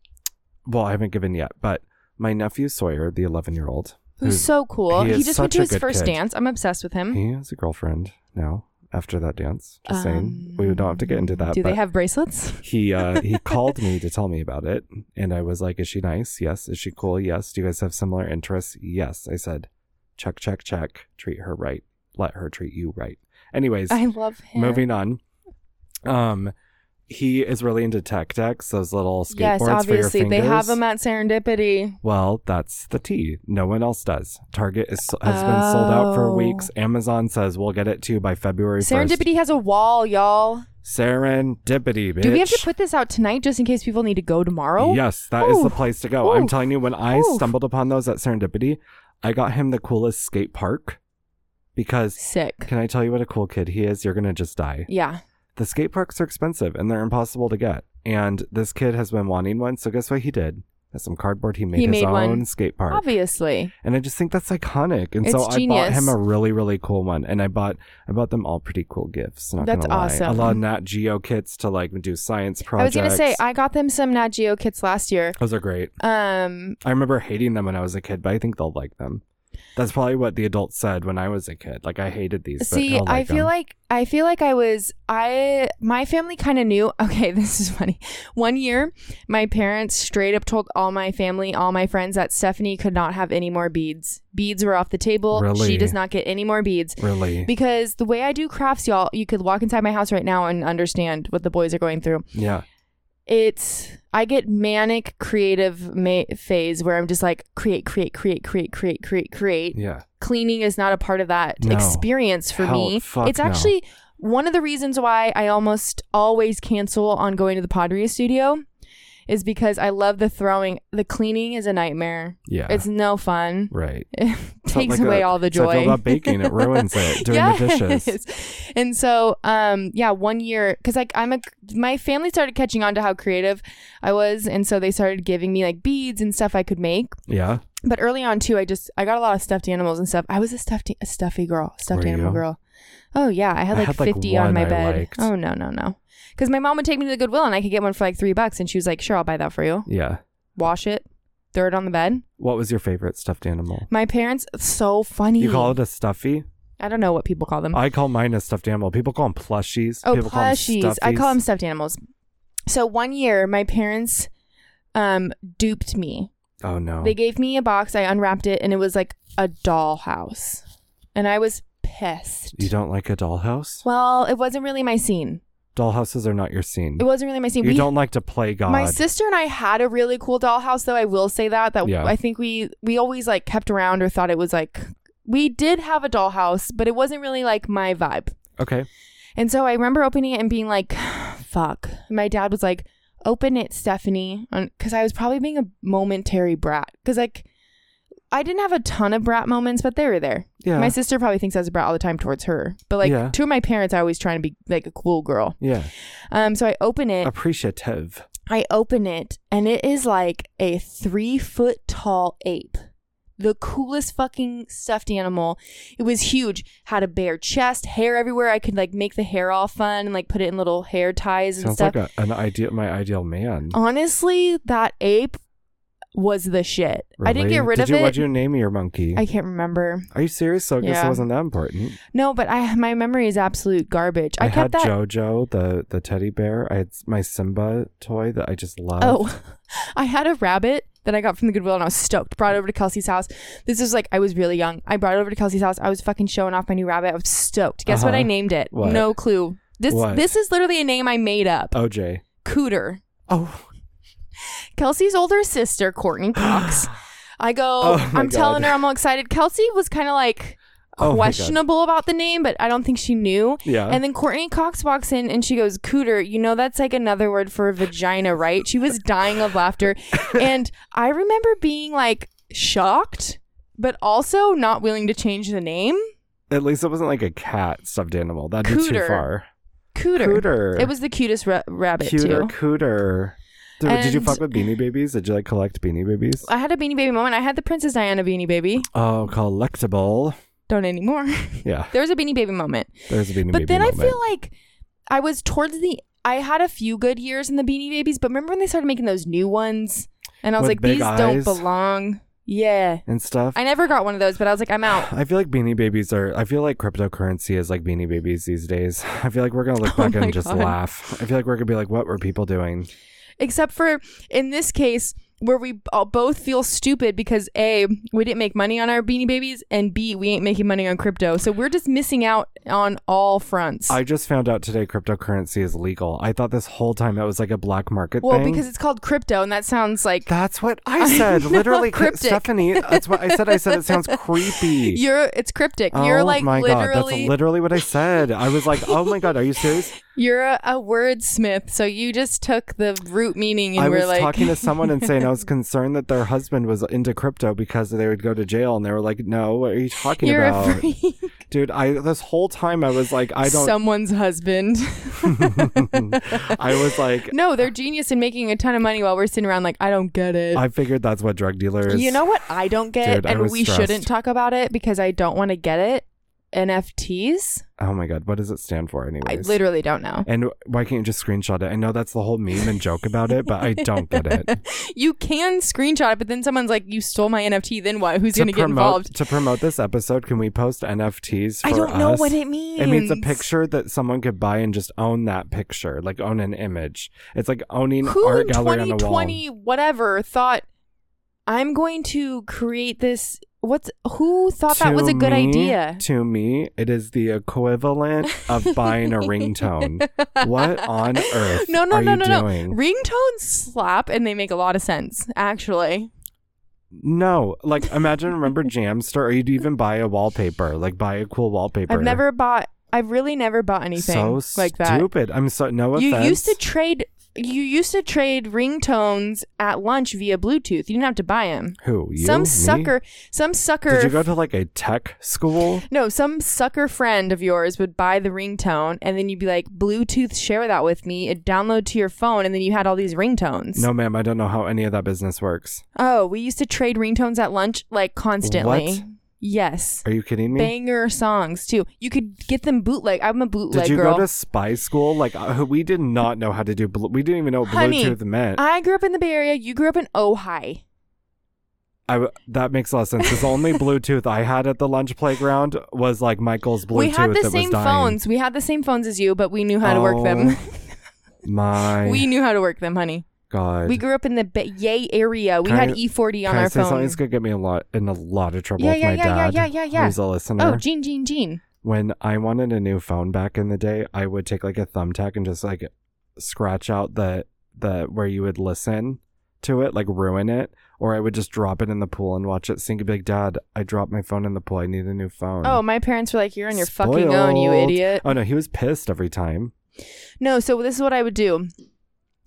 B: well I haven't given yet, but my nephew Sawyer, the 11 year old,
A: Who's so cool.
B: he
A: He,
B: is
A: just went
B: such
A: to
B: a
A: his
B: good
A: first
B: kid.
A: dance. I'm obsessed with him.
B: He has a girlfriend now after that dance. Just saying. We don't have to get into that.
A: Um, Do
B: but
A: they have bracelets?
B: he
A: <laughs>
B: uh he called me to tell me about it and I was like, Is she nice? Yes. Is she cool? Yes. Do you guys have similar interests? Yes. I said, check, check, check. Treat her right. Let her treat you right. Anyways,
A: <laughs> I love him.
B: moving on. Um he is really into tech decks, those little skateboards
A: Yes, obviously
B: for your
A: they
B: fingers.
A: have them at Serendipity.
B: Well, that's the tea. No one else does. Target is, has been sold out for
A: Oh.
B: weeks. Amazon says we'll get it to you by February 1st.
A: Serendipity has a wall, y'all.
B: Serendipity, bitch.
A: Do we have to put this out tonight just in case people need to go tomorrow?
B: Yes, that is
A: Ooh.
B: the place to go. I'm
A: Oof.
B: telling you, when I
A: Oof.
B: stumbled upon those at Serendipity, I got him the coolest skate park because
A: Sick.
B: can I tell you what a cool kid he is? You're going to just die.
A: Yeah.
B: The skate parks are expensive and they're impossible to get. And this kid has been wanting one. So guess what he did? With some cardboard, he made his
A: made
B: own
A: one.
B: skate park.
A: Obviously.
B: And I just think that's iconic. And
A: It's
B: so I bought
A: genius.
B: him a really, really cool one. And I bought I bought them all pretty cool gifts. Not
A: That's
B: gonna lie.
A: awesome.
B: A lot of Nat Geo kits to like do science projects.
A: I was gonna say I got them some Nat Geo kits last year.
B: those are great.
A: Um
B: I remember hating them when I was a kid, but I think they'll like them. That's probably what the adults said when I was a kid. Like I hated these. but
A: See,
B: he'll
A: I
B: like
A: feel
B: um, them.
A: like I feel like I was I my family kind of knew. <laughs> Okay, this is funny. One year, my parents straight up told all my family, all my friends that Stephanie could not have any more beads. Beads were off the table.
B: Really?
A: She does not get any more beads.
B: really.
A: Because the way I do crafts, y'all, you could walk inside my house right now and understand what the boys are going through.
B: yeah.
A: It's I get manic creative ma- phase where I'm just like create, create, create, create, create, create, create
B: Yeah.
A: cleaning is not a part of that
B: No.
A: experience for
B: Hell,
A: me.
B: fuck
A: it's
B: no.
A: actually one of the reasons why I almost always cancel on going to the pottery studio is because I love the throwing. The cleaning is a nightmare.
B: Yeah.
A: It's no fun.
B: right.
A: It
B: It's not
A: takes
B: like
A: away
B: a-
A: all the
B: it's like
A: joy. <laughs>
B: about baking. It ruins it. Doing the dishes.
A: Yes. And so, um, yeah, one year because like I'm a my family started catching on to how creative I was, and so they started giving me like beads and stuff I could make.
B: Yeah.
A: But early on too, I just I got a lot of stuffed animals and stuff. I was a stuffed a stuffy girl, stuffed
B: Were
A: animal
B: you?
A: girl. Oh yeah, I had
B: I
A: like
B: had, like,
A: fifty on
B: one
A: my
B: I
A: bed.
B: liked.
A: Oh no no no, because my mom would take me to the Goodwill and I could get one for like three bucks, and she was like, "Sure, I'll buy that for you.
B: Yeah.
A: Wash it, throw it on the bed."
B: What was your favorite stuffed animal?
A: My parents so funny.
B: You call it a stuffy?
A: I don't know what people call them.
B: I call mine a stuffed animal. People call them plushies.
A: Um, Oh,
B: People call 'em
A: plushies. I call
B: stuffies.
A: them stuffed animals. So one year, my parents um duped me.
B: Oh no.
A: They gave me a box. I unwrapped it, and it was like a dollhouse, and I was pissed.
B: you don't like a dollhouse?
A: Well, it wasn't really my scene.
B: Dollhouses are not your scene.
A: It wasn't really my scene.
B: You
A: we,
B: don't like to play God.
A: my sister and I had a really cool dollhouse, though. I will say that that
B: Yeah.
A: I think we we always like kept around or thought it was like we did have a dollhouse, but it wasn't really like my vibe.
B: okay.
A: And so I remember opening it and being like, <sighs> "Fuck!" My dad was like, "Open it, Stephanie," because I was probably being a momentary brat. Because like I didn't have a ton of brat moments, but they were there.
B: Yeah.
A: My sister probably thinks I was a brat all the time towards her, but like
B: Yeah.
A: to my parents, I always trying to be like a cool girl.
B: yeah.
A: Um, so I open it.
B: Appreciative.
A: I open it, and it is like a three foot tall ape. The coolest fucking stuffed animal. It was huge. Had a bare chest, hair everywhere. I could like make the hair all fun and like put it in little hair ties and
B: Sounds
A: stuff. Oh,
B: like a, an ideal my ideal man.
A: Honestly, that ape was the shit. I didn't
B: Really?
A: get rid
B: Did
A: of
B: you,
A: it.
B: What'd you name your monkey?
A: I can't remember.
B: Are you serious? So I guess
A: Yeah.
B: it wasn't that important.
A: No, but I my memory is absolute garbage. I,
B: I, had
A: kept that.
B: JoJo, the the teddy bear. I had s- my Simba toy that I just loved.
A: Oh, <laughs> I had a rabbit that I got from the Goodwill and I was stoked. Brought it over to Kelsey's house. This was like, I was really young. I brought it over to Kelsey's house. I was fucking showing off my new rabbit. I was stoked. Guess what
B: Uh-huh.
A: I named it?
B: What?
A: No clue. This
B: What?
A: this is literally a name I made up.
B: OJ.
A: Cooter.
B: Oh,
A: <laughs> Kelsey's older sister, Courtney
B: <gasps>
A: Cox. I go,
B: Oh my
A: I'm telling
B: God.
A: her I'm all excited. Kelsey was kind of like
B: Oh my God.
A: questionable about the name, but I don't think she knew.
B: yeah.
A: And then Courtney Cox walks in and she goes, Cooter, you know that's like another word for vagina, right? She was dying of
B: <laughs>
A: laughter. And I remember being like shocked, but also not willing to change the name.
B: At least it wasn't like a cat stuffed animal. That'd be too
A: Cooter.
B: far.
A: Cooter.
B: Cooter.
A: It was the cutest ra- rabbit,
B: cuter,
A: too.
B: cooter. Dude, did you
A: And-
B: fuck with Beanie Babies? Did you like collect Beanie Babies?
A: I had a beanie baby moment. I had the Princess Diana beanie baby.
B: Oh, collectible.
A: Don't anymore. <laughs>
B: Yeah,
A: there was a beanie baby moment.
B: there's a Beanie Baby.
A: But then
B: moment.
A: I feel like I was towards the. I had a few good years in the Beanie Babies, but remember when they started making those new ones? And I was
B: With
A: like,
B: big
A: these don't
B: eyes?
A: belong. Yeah.
B: and stuff.
A: I never got one of those, but I was like, I'm
B: <sighs>
A: out.
B: I feel like Beanie Babies are. I feel like cryptocurrency is like Beanie Babies these days. I feel like we're gonna
A: <laughs>
B: look
A: Oh
B: back
A: my
B: and just
A: God.
B: laugh. I feel like we're gonna be like, "What were people doing?"
A: Except for in this case where we all both feel stupid because A, we didn't make money on our Beanie Babies, and B, we ain't making money on crypto. So we're just missing out on all fronts.
B: I just found out today cryptocurrency is legal. I thought this whole time it was like a black market
A: well,
B: thing.
A: because it's called crypto, and that sounds like
B: that's what
A: <laughs>
B: I said. Literally, cri-
A: cryptic.
B: Stephanie. That's what I said. I said
A: <laughs>
B: it sounds creepy.
A: you're it's cryptic.
B: oh
A: you're like
B: my god,
A: literally
B: that's literally what I said. I was like, "Oh my god, are you serious?"
A: you're a, a wordsmith, so you just took the root meaning <laughs> and
B: I
A: we're
B: was
A: like
B: talking to someone and saying I was concerned that their husband was into crypto because they would go to jail, and they were like, "No, what are you
A: <laughs>
B: talking
A: you're
B: about,
A: a freak.
B: dude?" I this whole time I was like, "I don't."
A: someone's husband. <laughs>
B: I was like,
A: no, they're genius in making a ton of money while we're sitting around like I don't get it.
B: I figured that's what drug dealers.
A: You know what I don't get,
B: Dude, I
A: and
B: was
A: we
B: stressed.
A: shouldn't talk about it because I don't want to get it. NFTs.
B: Oh my god, what does it stand for
A: I
B: anyways?
A: literally don't know.
B: and why can't you just screenshot it? I know that's the whole meme and joke about it, but I don't get
A: <laughs>
B: it.
A: You can screenshot it, but then someone's like, "You stole my NFT." Then what? Who's
B: to
A: going to
B: promote
A: get involved?
B: to promote this episode, can we post NFTs for
A: I don't know
B: us?
A: what it means.
B: It means a picture that someone could buy and just own that picture, like own an image. It's like owning
A: Who
B: art
A: in
B: gallery on a wall.
A: 2020 whatever thought I'm going to create this? What's who thought that was a good
B: me-
A: idea?
B: To me, it is the equivalent of
A: <laughs>
B: buying a ringtone. <laughs> What on earth
A: No, no,
B: are
A: no,
B: you
A: no, no.
B: doing?
A: Ringtones slap, and they make a lot of sense. Actually,
B: No, like imagine, remember Jamster, or you'd even buy a wallpaper, like buy a cool wallpaper.
A: I've never bought. I've really never bought anything
B: so
A: like that.
B: stupid. I'm so no
A: You
B: offense.
A: used to trade. You used to trade ringtones at lunch via Bluetooth. You didn't have to buy them.
B: who you
A: some
B: Me?
A: sucker. Some sucker.
B: Did you go to like a tech school?
A: no, some sucker friend of yours would buy the ringtone, and then you'd be like, "Bluetooth, share that with me." It download to your phone, and then you had all these ringtones.
B: No, ma'am. I don't know how any of that business works.
A: Oh, we used to trade ringtones at lunch like constantly.
B: What?
A: Yes.
B: Are you kidding me?
A: Banger songs too. You could get them bootleg. I'm a bootleg
B: did you
A: girl.
B: go to spy school? Like uh, we did not know how to do. Blu- we didn't even know what
A: Honey,
B: Bluetooth meant.
A: I grew up in the Bay Area. You grew up in Ojai.
B: I w- that makes a lot of sense. 'cause The only Bluetooth I had at the lunch playground was like Michael's Bluetooth
A: we had the
B: that
A: same
B: was dying. Oh
A: phones. We had the same phones as you, but we knew how to work <laughs> them.
B: My
A: <laughs> we knew how to work them, honey.
B: God.
A: We grew up in the Bay- Yay area. We
B: Can
A: had
B: I-
A: E40 on
B: Can I
A: our
B: say something
A: phone.
B: that's gonna get me a lot in a lot of trouble
A: Yeah,
B: with
A: yeah,
B: my
A: yeah, yeah,
B: dad?
A: yeah, yeah, yeah.
B: Who's a listener?
A: Oh, Gene, Gene, Gene.
B: when I wanted a new phone back in the day, I would take like a thumbtack and just like scratch out the the where you would listen to it, like ruin it, or I would just drop it in the pool and watch it sink and be like, Dad, I dropped my phone in the pool. I need a new phone.
A: Oh, my parents were like, "You're on your fucking own, you
B: Spoiled.
A: idiot."
B: Oh no, he was pissed every time.
A: No, so this is what I would do.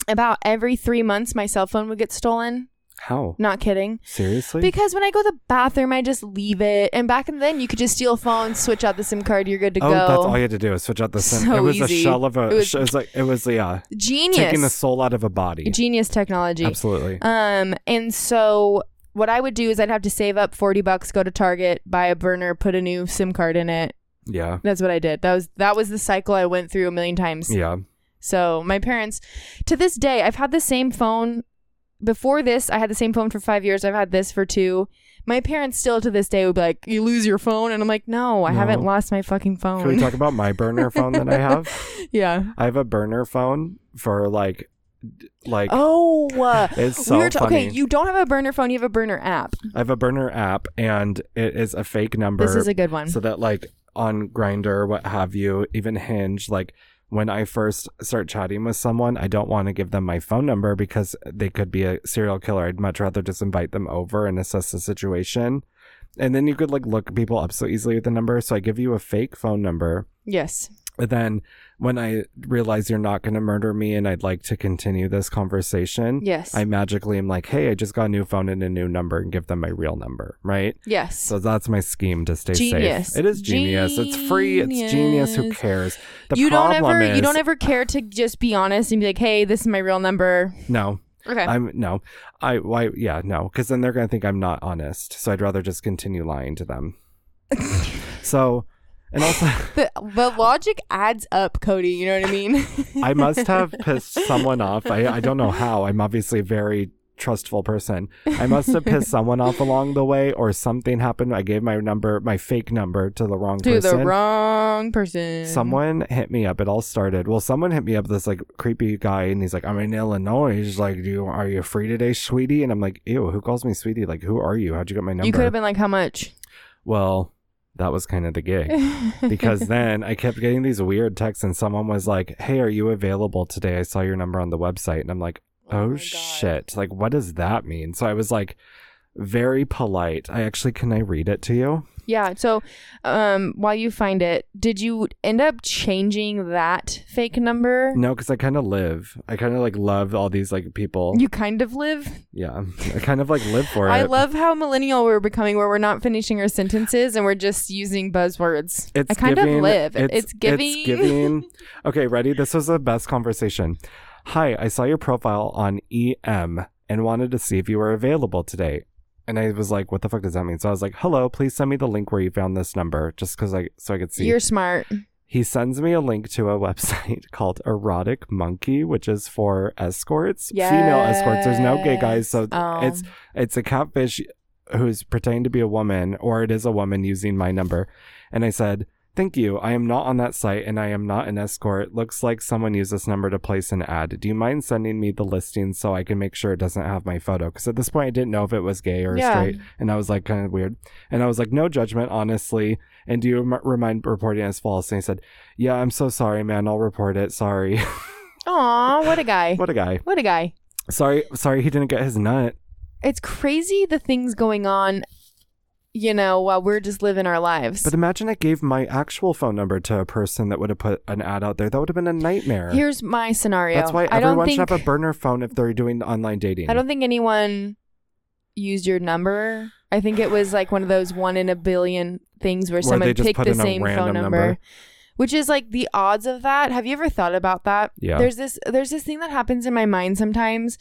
A: About every three months, my cell phone would get stolen.
B: How?
A: Not kidding.
B: Seriously?
A: Because when I go to the bathroom, I just leave it. And back then, you could just steal a phone, switch out the SIM card, you're good to
B: oh,
A: go.
B: that's all you had to do is switch out the sim.
A: So
B: it was
A: easy.
B: a shell of a.
A: It was-
B: it was like it was yeah,
A: Genius.
B: taking the soul out of a body.
A: Genius technology.
B: Absolutely.
A: Um, and so what I would do is I'd have to save up 40 bucks, go to Target, buy a burner, put a new SIM card in it.
B: Yeah.
A: That's what I did. That was that was the cycle I went through a million times.
B: Yeah.
A: So my parents, to this day, I've had the same phone. Before this, I had the same phone for five years. I've had this for two. My parents still to this day would be like, "You lose your phone," and I'm like, "No, I
B: No.
A: haven't lost my fucking
B: Can we
A: phone."
B: talk about my burner phone that I have?
A: <laughs> yeah.
B: I have a burner phone for like, d- like
A: Oh.
B: <laughs>
A: Uh,
B: it's so
A: we were ta-
B: funny.
A: okay, you don't have a burner phone. You have a burner app.
B: I have a burner app, and it is a fake number.
A: This is a good one.
B: so that like on Grinder, what have you, even Hinge, like when I first start chatting with someone, I don't want to give them my phone number because they could be a serial killer. I'd much rather just invite them over and assess the situation. And then you could like look people up so easily with the number. So I give you a fake phone number.
A: yes.
B: But then when I realize you're not going to murder me and I'd like to continue this conversation,
A: Yes.
B: I magically am like, hey, I just got a new phone and a new number and give them my real number, right?
A: yes.
B: So that's my scheme to stay
A: Genius.
B: safe. It is genius. It's free. It's genius. Who
A: Genius.
B: cares? The
A: you don't
B: problem
A: ever.
B: is
A: You don't ever care to just be honest and be like, "Hey, this is my real number."
B: no.
A: Okay.
B: I'm no. I why yeah no because then they're gonna think I'm not honest. So I'd rather just continue lying
A: <laughs>
B: to them. so, and also.
A: the, the logic adds up, Cody. You know what I mean? <laughs>
B: I must have pissed someone off. I, I don't know how. I'm obviously a very trustful person. I must have pissed someone off along the way, or something happened. I gave my number, my fake number, to the wrong
A: to
B: person.
A: the wrong person.
B: someone hit me up. It all started. Well, someone hit me up. This like creepy guy, and he's like, "I'm in Illinois." He's like, "Do you are you free today, sweetie?" And I'm like, "Ew, who calls me sweetie? Like, who are you? How'd you get my number?"
A: You could have been like, how much?
B: well, that was kind of the gig
A: <laughs>
B: because then I kept getting these weird texts, and someone was like, "Hey, are you available today? I saw your number on the website," and I'm like,
A: <laughs> Oh
B: "Oh,
A: my God.
B: shit! Like, what does that mean?" So I was like, very polite. I actually can I read it to you?
A: yeah. So, um, while you find it, did you end up changing that fake number?
B: No, because I kind of live. I kind of like love all these like people.
A: You kind of live.
B: yeah, I kind of like live for it.
A: I love how millennial we're becoming, where we're not finishing our sentences and we're just using buzzwords.
B: It's
A: I kind
B: giving,
A: of live.
B: It's,
A: giving.
B: It's giving. okay, ready? This was the best conversation. E Hi, I saw your profile on EM and wanted to see if you were available today. And I was like, what the fuck does that mean? So I was like, hello, please send me the link where you found this number, just because I so I could see.
A: <laughs> You're smart.
B: he sends me a link to a <laughs> website called Erotic Monkey, which is for escorts, female escorts. There's no gay guys, so
A: Yes. Oh.
B: it's it's a catfish who's pretending to be a woman, or it is a woman using my number. And I said, Thank you. I am not on that site and I am not an escort. Looks like someone used this number to place an ad. Do you mind sending me the listing so I can make sure it doesn't have my photo? Because at this point, I didn't know if it was gay or
A: Yeah.
B: straight. And I was like, kind of weird. And I was like, no judgment, honestly. And do you rem- remind reporting as false? And he said, yeah, I'm so sorry, man. I'll report it. Sorry.
A: Aw, what a guy. What?
B: <laughs> what a guy.
A: a guy.
B: Sorry. Sorry he didn't get his nut.
A: It's crazy the things going on, you know, while we're just living our lives.
B: But imagine I gave my actual phone number to a person that would have put an ad out there. That would have been a nightmare.
A: Here's my scenario.
B: That's why
A: I don't
B: everyone
A: think,
B: should have a burner phone if they're doing online dating.
A: I don't think anyone used your number. I think it was like one of those one in a billion things where,
B: Where
A: someone
B: they just
A: picked
B: put
A: the
B: in a
A: same phone
B: random
A: number,
B: number.
A: Which is like the odds of that. Have you ever thought about that?
B: Yeah.
A: There's this there's this thing that happens in my mind sometimes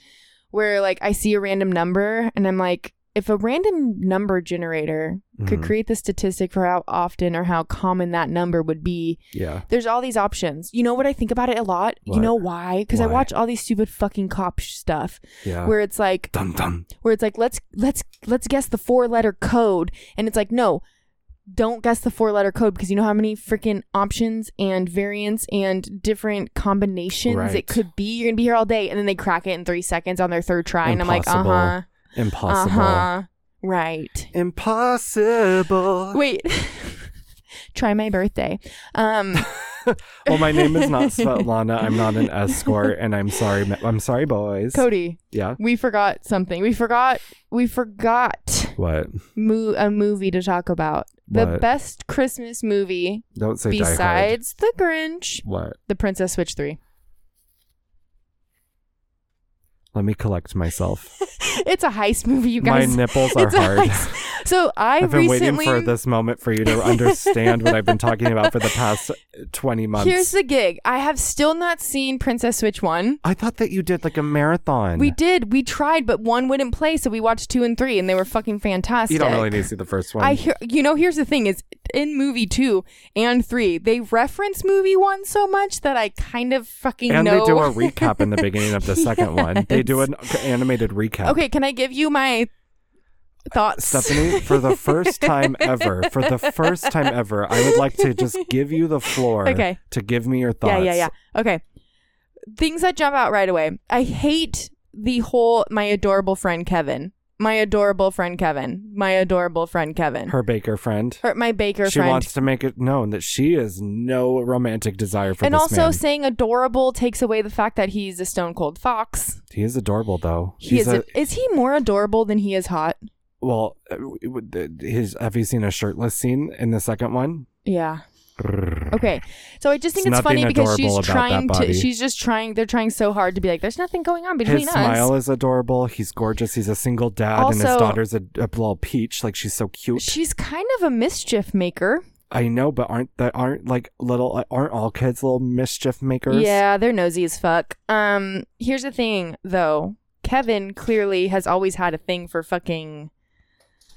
A: where like I see a random number and I'm like, if a random number generator could
B: Mhm.
A: create the statistic for how often or how common that number would be,
B: yeah.
A: there's all these options. You know what I think about it a lot? You
B: What?
A: know why? Because I
B: Why?
A: watch all these stupid fucking cop sh- stuff
B: Yeah.
A: where it's like
B: dum dum.
A: where it's like let's let's let's guess the four letter code and it's like no don't guess the four letter code because you know how many freaking options and variants and different combinations
B: Right.
A: it could be you're gonna be here all day and then they crack it in three seconds on their third try and i'm
B: Impossible.
A: like uh-huh
B: Impossible.
A: uh-huh right
B: Impossible.
A: wait <laughs> try my birthday
B: <laughs>
A: um
B: Well, my name
A: <laughs>
B: is not Svetlana. I'm not an escort, and I'm sorry. ma- I'm sorry, boys.
A: cody
B: Yeah.
A: we forgot something we forgot we forgot
B: What?
A: mo- a movie to talk about the
B: What?
A: best christmas movie
B: Don't say Die Hard.
A: besides the Grinch,
B: What?
A: The Princess Switch 3.
B: Let me collect myself.
A: It's a heist movie, you guys.
B: my
A: <laughs>
B: nipples are
A: it's a
B: hard.
A: heist. So I
B: I've been
A: recently
B: waiting for this moment for you to understand what I've been talking about for the past 20 months.
A: Here's the gig. I have still not seen Princess Switch 1.
B: I thought that you did like a marathon.
A: We did. We tried, but one wouldn't play, so we watched 2 and 3 and they were fucking fantastic.
B: You don't really need to see the first one.
A: I hear you know here's the thing is in movie 2 and 3 they reference movie 1 so much that I kind of fucking
B: and
A: know
B: they do a recap in the beginning
A: <laughs>
B: of the second one. They do an animated recap.
A: Okay, can I give you my thoughts?
B: Stephanie, for the first time ever, for the first time ever, I would like to just give you the floor
A: Okay.
B: to give me your thoughts.
A: <laughs> Yeah, yeah, yeah. Okay. Things that jump out right away. I hate the whole my adorable friend Kevin. My adorable friend Kevin. My adorable friend Kevin. Her,
B: Her baker friend.
A: my baker
B: she
A: friend.
B: wants to make it known that she has no romantic desire for
A: and
B: this
A: also
B: man.
A: saying adorable takes away the fact that he's a stone cold fox.
B: He is adorable, though.
A: He
B: He's
A: is
B: a,
A: is he more adorable than he is hot?
B: well. uh, w- w- His, have you seen a shirtless scene in the second one?
A: Yeah. Okay. So I just think
B: There's
A: it's funny
B: nothing
A: because she's
B: adorable about
A: trying
B: that
A: to
B: body.
A: she's just trying they're trying so hard to be like there's nothing going on between
B: His
A: us.
B: smile is adorable. He's gorgeous. He's a single dad, and his
A: Also-
B: daughter's a, a little peach. Like she's so cute.
A: She's kind of a mischief maker.
B: I know, but aren't that aren't like little aren't all kids little mischief makers?
A: Yeah, they're nosy as fuck. Um, here's the thing though. Kevin clearly has always had a thing for fucking <sighs>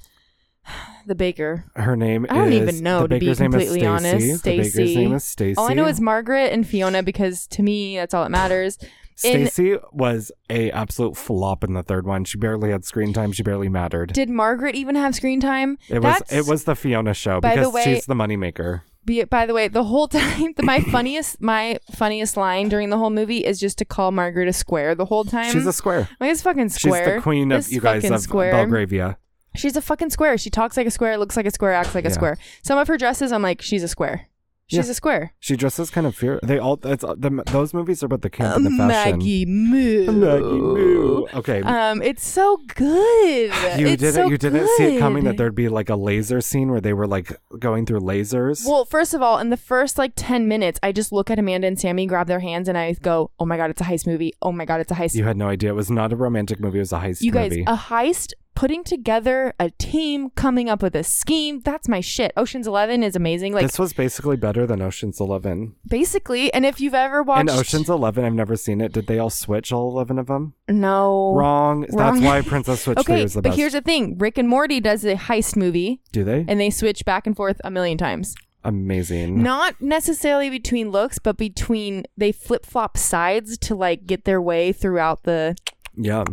A: the baker.
B: Her name.
A: I don't
B: is,
A: even know,
B: The
A: to be
B: baker's name
A: completely
B: is
A: honest.
B: Stacy. The baker's
A: Stacy.
B: name is Stacy.
A: All I know is Margaret and Fiona because to me that's all that matters. in-
B: Stacy was a absolute flop in the third one. She barely had screen time. She barely mattered.
A: Did Margaret even have screen time?
B: it was
A: That's-
B: it was the Fiona show
A: By the
B: because
A: way-
B: she's the moneymaker.
A: Be by the way, the whole <laughs> time the, my funniest my funniest line during the whole movie is just to call Margaret a square the whole time.
B: She's a square.
A: like it's fucking square.
B: She's the queen of
A: This
B: you guys
A: fucking
B: of Belgravia.
A: She's a fucking square. She talks like a square, looks like a square, acts like a
B: Yeah.
A: square. Some of her dresses, I'm like, she's a square. She's a square.
B: She dresses kind of fear. They all it's the, those movies are about the camp and the fashion.
A: Uh, Maggie Moo.
B: <laughs> Maggie Moo. Okay.
A: Um, it's so good.
B: You
A: It's
B: didn't.
A: so
B: you didn't see it coming that
A: good.
B: there'd be like a laser scene where they were like going through lasers.
A: Well, first of all, in the first like ten minutes, I just look at Amanda and Sammy, grab their hands, and I go, "Oh my god, it's a heist movie! Oh my god, it's a heist!
B: you had no idea. It was not a romantic movie. It was a heist
A: you guys, uh,
B: movie.
A: a heist putting together a team, coming up with a scheme. That's my shit. Ocean's Eleven is amazing. Like
B: this was basically better than Ocean's Eleven.
A: basically, and if you've ever watched
B: And Ocean's Eleven, I've never seen it. Did they all switch all eleven of them?
A: no
B: Wrong. That's
A: Oh, Wrong.
B: why Princess Switch
A: <laughs>
B: Three
A: Okay,
B: was the
A: but
B: best.
A: here's the thing: Rick and Morty does a heist movie,
B: Do they?
A: and they switch back and forth a million times.
B: Amazing.
A: Not necessarily between looks, but between they flip flop sides to like get their way throughout the.
B: Yeah.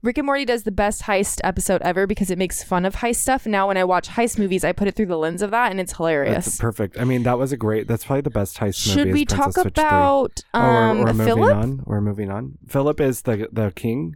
A: Rick and Morty does the best heist episode ever because it makes fun of heist stuff. Now, when I watch heist movies, I put it through the lens of that, and it's hilarious.
B: That's perfect. I mean, that was a great. That's probably the best heist movie.
A: Should
B: is
A: we
B: Princess
A: talk
B: Switch 3.
A: about
B: Oh, we're-
A: um,
B: we're, moving
A: Philip?
B: on. We're moving on. Philip is the the king,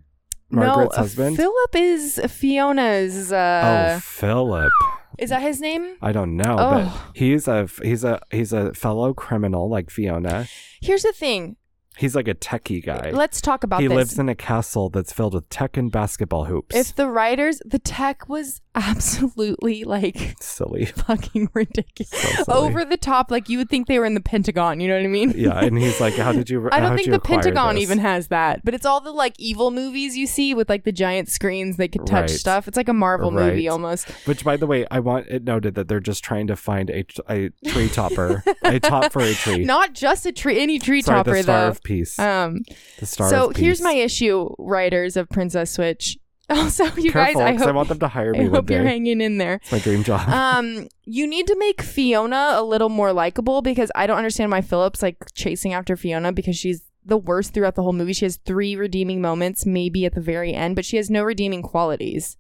B: Margaret's
A: no, uh,
B: husband.
A: Philip is Fiona's. Uh,
B: oh, Philip.
A: Is that his name?
B: I don't know,
A: Oh.
B: but he's a he's a he's a fellow criminal like Fiona.
A: Here's the thing.
B: He's like a techie guy.
A: Let's talk about
B: he
A: this.
B: lives in a castle that's filled with tech and basketball hoops.
A: If the writers, the tech was absolutely like <laughs>
B: Silly. <laughs>
A: fucking ridiculous,
B: So silly.
A: over the top. Like you would think they were in the Pentagon. You know what I mean?
B: Yeah, and he's like, "How did you?"
A: <laughs> I don't
B: how'd
A: think
B: you
A: the
B: acquire
A: Pentagon
B: this?
A: even has that, but it's all the like evil movies you see with like the giant screens that could
B: Right.
A: touch stuff. It's like a Marvel movie
B: Right.
A: almost.
B: Which, by the way, I want it noted that they're just trying to find a a tree
A: <laughs>
B: topper, a top for a tree.
A: Not just a tree, any tree
B: Sorry,
A: topper
B: the star
A: though.
B: of peace.
A: um,
B: the star.
A: so
B: of
A: here's
B: peace.
A: my issue, writers of Princess Switch. <laughs> Also, you
B: Careful,
A: guys, I
B: 'cause
A: hope,
B: want them to
A: <laughs>
B: hire
A: I
B: me one
A: hope you're
B: day.
A: hanging in
B: <laughs>
A: there.
B: It's my dream job.
A: um, you need to make Fiona a little more likable because I don't understand why Philip's like chasing after Fiona because she's the worst throughout the whole movie. She has three redeeming moments, maybe at the very end, but she has no redeeming qualities.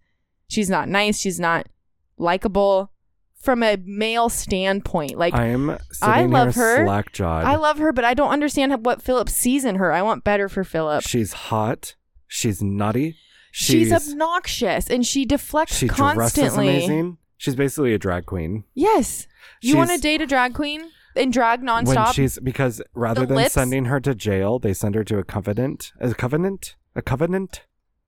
A: She's not nice. She's not likable from a male standpoint. Like I,
B: I'm sitting
A: love
B: here
A: her.
B: slack-jawed.
A: love her, but I don't understand what Philip sees in her. I want better for Philip.
B: She's hot. She's nutty. She's,
A: She's, obnoxious and she deflects
B: she dresses
A: constantly.
B: amazing. She's basically a drag queen.
A: Yes. You want to
B: She's-
A: date a drag queen and drag
B: When
A: nonstop?
B: she's because rather
A: The
B: than
A: lips-
B: sending her to jail, they send her to a covenant. A covenant? A covenant?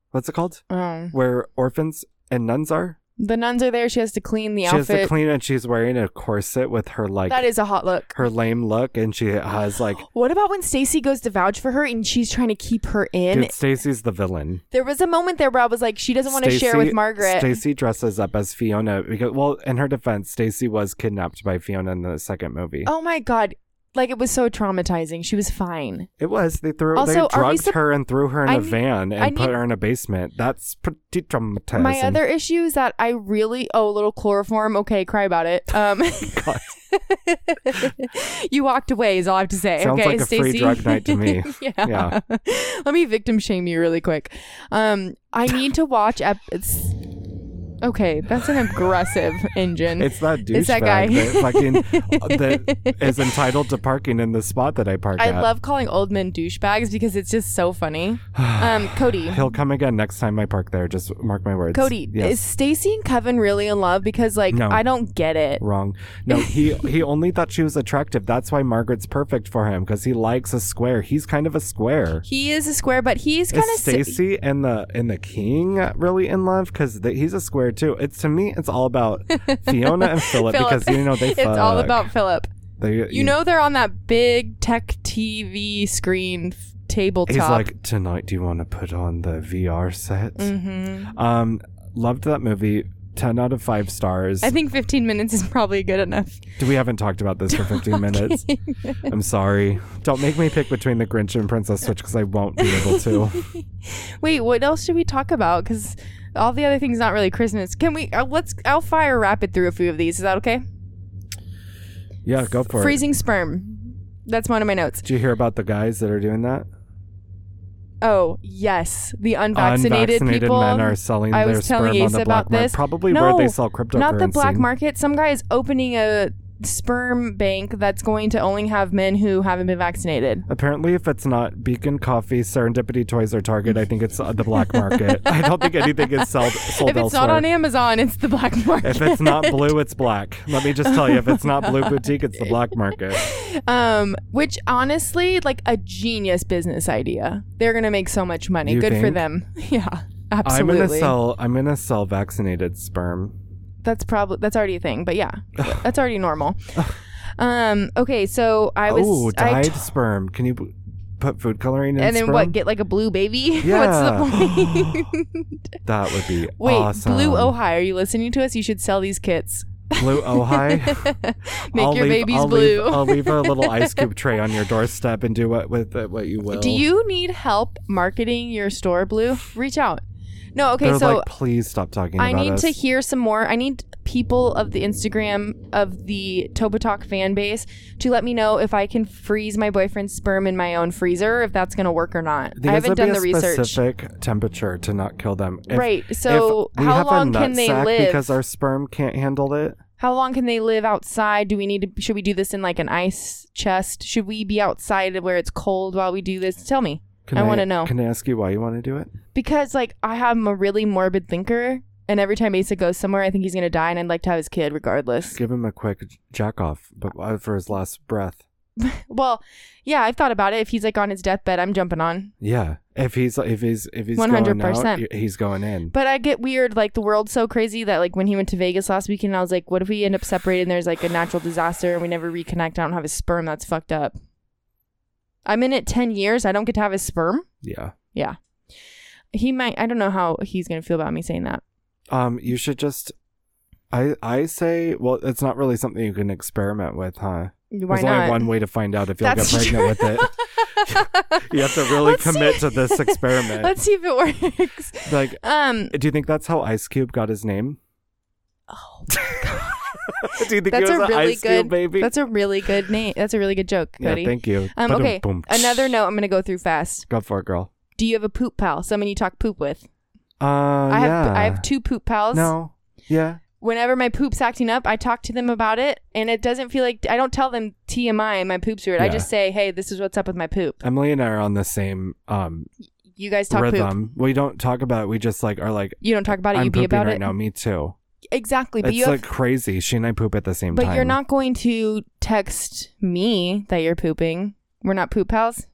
B: What's it called?
A: Oh.
B: Where orphans and nuns are.
A: The nuns are there. She has to clean the
B: she has
A: outfit.
B: to clean and she's wearing a corset with her like
A: that is a hot look.
B: her lame look and she has like
A: What about when Stacy goes to vouch for her and she's trying to keep her <gasps> in?
B: dude, Stacy's the villain.
A: there was a moment there where I was like, she doesn't want to share with Margaret.
B: Stacy dresses up as Fiona because, well, in her defense, Stacy was kidnapped by Fiona in the second movie.
A: Oh my god. Like it was so traumatizing. She was fine.
B: It was they threw
A: Also, are
B: they
A: we
B: drugged
A: sup-
B: her and threw her in a
A: I need-
B: van and
A: I
B: put
A: need-
B: her in a basement. That's pretty traumatizing.
A: My other issue is that I really oh a little chloroform. Okay, cry about it. Um,
B: God.
A: <laughs> you walked away is all I have to say.
B: Sounds
A: okay,
B: like a free
A: Stacey?
B: drug night
A: <laughs>
B: to me.
A: yeah. Let me victim shame you really quick. Um, I need to watch. Ep- it's okay. That's an aggressive engine.
B: it's that
A: <laughs>
B: douchebag
A: It's that guy.
B: that fucking uh,
A: <laughs>
B: that is entitled to parking in the spot that I park
A: I
B: at.
A: love calling old men douchebags because it's just so
B: <sighs>
A: funny. Um, Cody.
B: He'll come again next time I park there. Just mark my words.
A: Cody,
B: yes.
A: is Stacy and Kevin really in love? Because like
B: No.
A: I don't get it.
B: wrong. No, he he only thought she was attractive. That's why Margaret's perfect for him because he likes a square. He's kind of a square.
A: He is a square, but he's kind
B: Is
A: of
B: Stacy and the and the king really in love? Because he's a square too. It's to me, it's
A: <laughs>
B: all about Fiona and Philip, because you know they.
A: it's all
B: fuck.
A: about Philip.
B: They-
A: You know they're on that big tech TV screen f- tabletop.
B: He's like tonight. Do you want to put on the VR set?
A: Mhm.
B: Um, loved that movie. Ten out of five stars.
A: I think 15 minutes is probably good enough.
B: we haven't talked about this for
A: <laughs>
B: fifteen <laughs> minutes. I'm sorry. Don't make me pick between the Grinch and Princess Switch because I won't be able to.
A: <laughs> Wait, what else should we talk about? Because all the other things not really Christmas. Can we? Uh, let's. I'll fire rapid through a few of these. Is that okay?
B: Yeah, go for it.
A: Freezing sperm. That's one of my notes.
B: Did you hear about the guys that are doing that?
A: Oh yes, the unvaccinated,
B: Unvaccinated
A: people.
B: men are selling
A: I
B: their
A: was telling
B: sperm on
A: Asa
B: the black
A: about
B: market.
A: this.
B: Probably
A: No,
B: where they sell cryptocurrency.
A: not the black market. Some guy is opening a sperm bank that's going to only have men who haven't been vaccinated.
B: Apparently, if it's not Beacon Coffee, Serendipity Toys, or Target, I think it's uh, the black market. <laughs> I don't think anything is sold,
A: <laughs>
B: sold
A: if it's
B: elsewhere.
A: not on Amazon, it's the black market.
B: <laughs> if it's not blue, it's black. Let me just tell you, if it's not blue boutique, it's
A: <laughs>
B: the black market.
A: um, which honestly, like a genius business idea. They're gonna make so much money.
B: You
A: Good for
B: think?
A: them. <laughs> Yeah,
B: I'm
A: absolutely.
B: gonna sell. I'm gonna sell vaccinated sperm.
A: that's probably that's already a thing but
B: <laughs>
A: yeah that's already normal um okay so i was
B: oh,
A: I
B: dyed
A: t-
B: sperm. Can you b- put food coloring in
A: and then
B: sperm?
A: what? Get like a blue baby? <laughs>
B: Yeah.
A: What's
B: <laughs>
A: the point?
B: that would be
A: Wait,
B: awesome.
A: Blue Ohi, are you listening to us? You should sell these kits. <laughs>
B: Blue Ohi.
A: Make
B: I'll
A: your
B: leave,
A: babies
B: I'll
A: blue.
B: Leave, I'll leave a little ice cube tray
A: <laughs>
B: on your doorstep and do what with it what you will.
A: Do you need help marketing your store, Blue? Reach out. No, okay,
B: They're
A: so
B: like, please stop talking
A: I
B: about
A: need
B: us.
A: to hear some more. I need people of the Instagram of the Topa Talk fan base to let me know if I can freeze my boyfriend's sperm in my own freezer, if that's going to work or not.
B: There
A: I
B: has
A: haven't
B: to
A: done
B: be
A: the
B: a
A: research.
B: specific temperature to not kill them. If-
A: right. So
B: if we
A: how
B: have a
A: long can
B: nut
A: they
B: sack
A: live?
B: Because our sperm can't handle it.
A: how long can they live outside? Do we need to should we do this in like an ice chest? Should we be outside where it's cold while we do this? Tell me.
B: Can
A: I wanna know.
B: Can I ask you why you want to do it?
A: Because like I am a really morbid thinker and every time Asa goes somewhere I think he's gonna die and I'd like to have his kid regardless.
B: Give him a quick jack off, but uh, for his last breath.
A: Well, yeah, I've thought about it. If he's like on his deathbed, I'm jumping on.
B: Yeah, if he's if he's if he's
A: 100%.
B: going out, he's going in.
A: But I get weird, like the world's so crazy that like when he went to Vegas last weekend, I was like, what if we end up separated and there's like a natural disaster and we never reconnect? I don't have his sperm. That's fucked up. I'm in it 10 years. I don't get to have his sperm.
B: yeah.
A: Yeah. He might, I don't know how he's going to feel about me saying that.
B: Um, you should just. I I say, well, it's not really something you can experiment with, huh?
A: Why
B: There's
A: not?
B: only one way to find out if you'll
A: That's
B: get pregnant with it.
A: <laughs>
B: You have to really
A: Let's see-
B: commit to this
A: <laughs>
B: experiment.
A: Let's see if it works.
B: Like, <laughs>
A: Um,
B: do you think that's how Ice Cube got his
A: <laughs>
B: name?
A: oh,
B: do you think
A: that's
B: it
A: a
B: was an
A: really
B: Ice Cube
A: good,
B: baby?
A: that's a really good name. That's a really good joke,
B: yeah,
A: Cody.
B: thank you.
A: Um,
B: Ba-dum,
A: okay.
B: boom.
A: Another note I'm going to go through fast.
B: Go for it, girl.
A: Do you have a poop pal? Someone you talk poop with?
B: Uh,
A: I have
B: yeah.
A: I have two poop pals.
B: No. Yeah.
A: Whenever my poop's acting up, I talk to them about it and it doesn't feel like I don't tell them TMI my poop's weird. I
B: Yeah.
A: just say, "Hey, this is what's up with my poop."
B: Emily and I are on the same um
A: You guys talk poop.
B: rhythm. We don't talk about it. We just like are like
A: You don't talk about it,
B: I'm
A: you be
B: pooping
A: about
B: right
A: it.
B: now. Me too.
A: Exactly, but
B: it's
A: you have,
B: like crazy. She and I poop at the same
A: but
B: time.
A: you're not going to text me that you're pooping. We're not poop pals.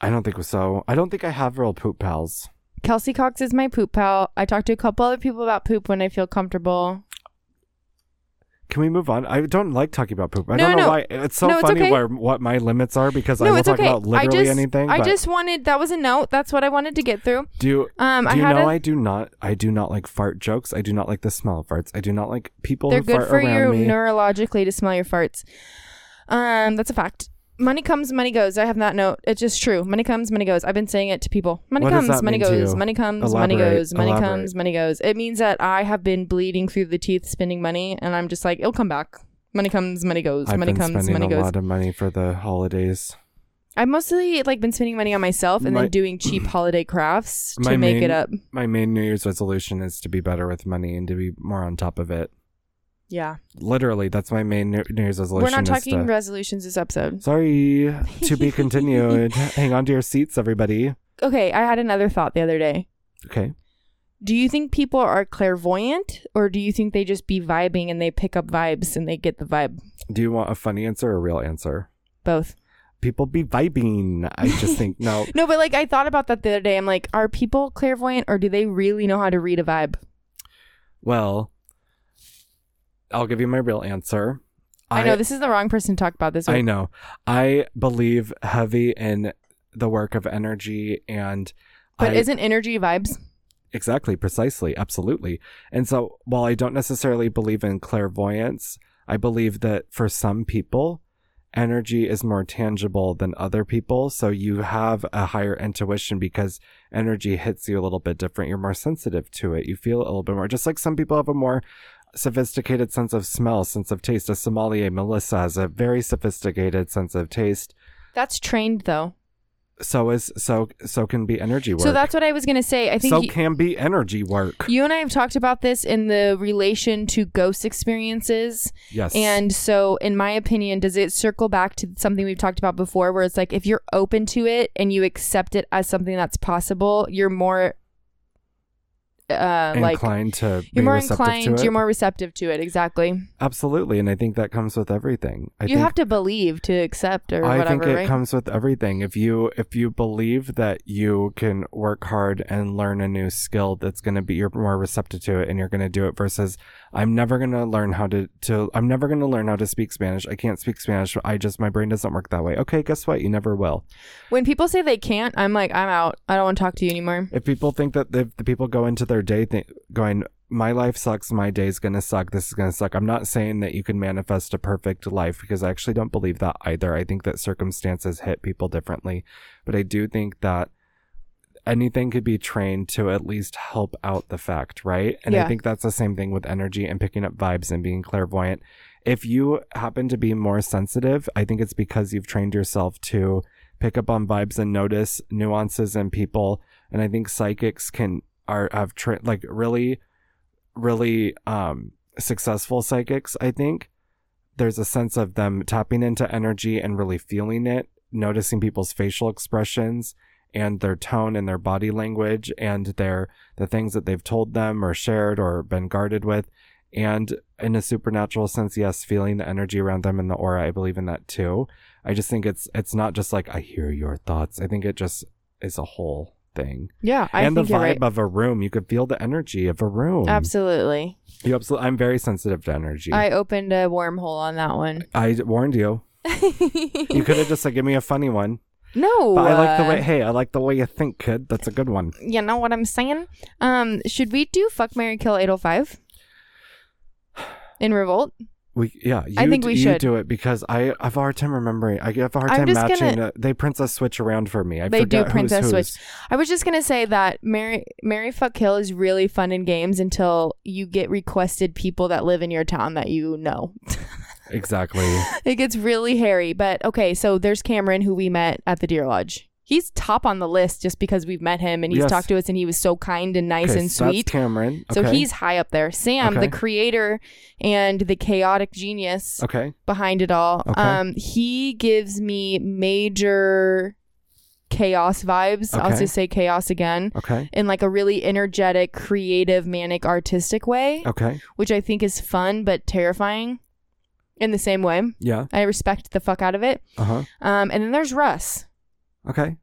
B: I don't think so. I don't think I have real poop pals.
A: Kelsey Cox is my poop pal. I talk to a couple other people about poop when I feel comfortable.
B: Can we move on? I don't like talking about poop. I
A: No,
B: don't know
A: no.
B: why. It's so
A: No, it's
B: funny
A: okay.
B: where what my limits are because I
A: no,
B: will
A: it's
B: talk
A: okay.
B: about literally
A: I just,
B: anything.
A: I
B: but
A: just wanted that was a note. That's what I wanted to get through.
B: do you,
A: Um,
B: do
A: I
B: you
A: had
B: know
A: a,
B: I do not I do not like fart jokes. I do not like the smell of farts. I do not like people
A: they're
B: who
A: good
B: fart
A: for
B: around
A: you
B: me.
A: neurologically to smell your farts. Um, that's a fact. Money comes, money goes. I have that note. It's just true. Money comes, money goes. I've been saying it to people. Money
B: What does
A: comes,
B: that
A: money
B: mean to
A: goes,
B: you?
A: money comes, money
B: Elaborate,
A: goes, money
B: elaborate.
A: comes, money goes. It means that I have been bleeding through the teeth, spending money, and I'm just like, it'll come back. Money comes, money goes,
B: I've
A: money
B: been
A: comes,
B: spending
A: money
B: a
A: goes.
B: lot of money for the holidays.
A: I've mostly like been spending money on myself and
B: My-
A: then doing
B: <clears throat>
A: cheap holiday crafts
B: My
A: to make
B: main-
A: it up.
B: My main New Year's resolution is to be better with money and to be more on top of it.
A: Yeah.
B: Literally, that's my main New New Year's resolution.
A: We're not
B: is
A: talking
B: to-
A: resolutions this episode.
B: Sorry,
A: <laughs>
B: to be continued. Hang on to your seats, everybody.
A: Okay, I had another thought the other day.
B: Okay.
A: Do you think people are clairvoyant or do you think they just be vibing and they pick up vibes and they get the vibe?
B: Do you want a funny answer or a real answer?
A: Both.
B: People be vibing. I just
A: <laughs>
B: think no.
A: No, but like I thought about that the other day. I'm like, are people clairvoyant or do they really know how to read a vibe?
B: Well, I'll give you my real answer.
A: I, know this is the wrong person to talk about this.
B: I
A: With.
B: know. I believe heavy in the work of energy and
A: But
B: I,
A: isn't energy vibes?
B: Exactly, precisely, absolutely. And so, while I don't necessarily believe in clairvoyance, I believe that for some people, energy is more tangible than other people. So, you have a higher intuition because energy hits you a little bit different. You're more sensitive to it. You feel a little bit more, just like some people have a more sophisticated sense of smell, sense of taste. A sommelier, Melissa, has a very sophisticated sense of taste.
A: That's trained though.
B: So is so so can be energy work.
A: So that's what I was going to say. I think
B: so
A: you,
B: can be energy work.
A: you and I have talked about this in the relation to ghost experiences.
B: yes.
A: And so, in my opinion, does it circle back to something we've talked about before, where it's like if you're open to it and you accept it as something that's possible, you're more uh, like
B: inclined to be
A: you're more
B: receptive
A: inclined,
B: to it.
A: you're more receptive to it. Exactly.
B: Absolutely, and I think that comes with everything. I
A: you
B: think
A: have to believe to accept or
B: I
A: whatever,
B: think it
A: right?
B: comes with everything. If you if you believe that you can work hard and learn a new skill, that's going to be you're more receptive to it, and you're going to do it. Versus, I'm never going to learn how to to I'm never going to learn how to speak Spanish. I can't speak Spanish. I just my brain doesn't work that way. Okay, guess what? You never will.
A: when people say they can't, I'm like, I'm out. I don't want to talk to you anymore.
B: If people think that the, the people go into their day th- going, my life sucks, my day's gonna suck, this is gonna suck. I'm not saying that you can manifest a perfect life because I actually don't believe that either. I think that circumstances hit people differently, but I do think that anything could be trained to at least help out the fact, right? And I
A: Yeah.
B: think that's the same thing with energy and picking up vibes and being clairvoyant. If you happen to be more sensitive, I think it's because you've trained yourself to pick up on vibes and notice nuances in people. And I think psychics can are have tra- like really, really um, successful psychics. I think there's a sense of them tapping into energy and really feeling it, noticing people's facial expressions and their tone and their body language and their the things that they've told them or shared or been guarded with and in a supernatural sense yes feeling the energy around them and the aura i believe in that too i just think it's it's not just like i hear your thoughts i think it just is a whole thing
A: Yeah, I
B: and the
A: think
B: vibe
A: you're right.
B: of a room you could feel the energy of a room
A: Absolutely.
B: you absolutely i'm very sensitive to energy
A: I opened a wormhole on that one.
B: I warned you you could have just said give me a funny one
A: <laughs> no.
B: but i like
A: <laughs>
B: the
A: uh,
B: way hey i like the way you think kid that's a good one
A: You know what I'm saying? Um, should we do fuck Mary Kill 805? <sighs> In revolt?
B: We yeah, you,
A: I think we
B: you
A: should.
B: do it because I I have a hard time remembering. I have a hard
A: I'm
B: time
A: just
B: matching.
A: gonna-
B: uh, they princess switch around for me. I
A: They do
B: forget who's
A: princess
B: who's.
A: switch. I was just gonna say that Mary Mary Fuck Kill is really fun in games until you get requested people that live in your town that you know. <laughs>
B: Exactly.
A: it gets really hairy. But okay, so there's Cameron who we met at the Deer Lodge. He's top on the list just because we've met him and he's
B: Yes.
A: talked to us and he was so kind and <laughs> nice
B: Okay,
A: and
B: so that's
A: sweet.
B: Cameron.
A: So
B: Okay.
A: he's high up there. Sam,
B: Okay.
A: the creator and the chaotic genius
B: okay.
A: behind it all.
B: Okay.
A: Um, he gives me major chaos vibes. I'll
B: Okay.
A: just say chaos again
B: Okay.
A: in like a really energetic, creative, manic, artistic way,
B: Okay.
A: which I think is fun but terrifying in the same way.
B: Yeah.
A: I respect the fuck out of it.
B: Uh huh.
A: Um, and then there's Russ.
B: Okay.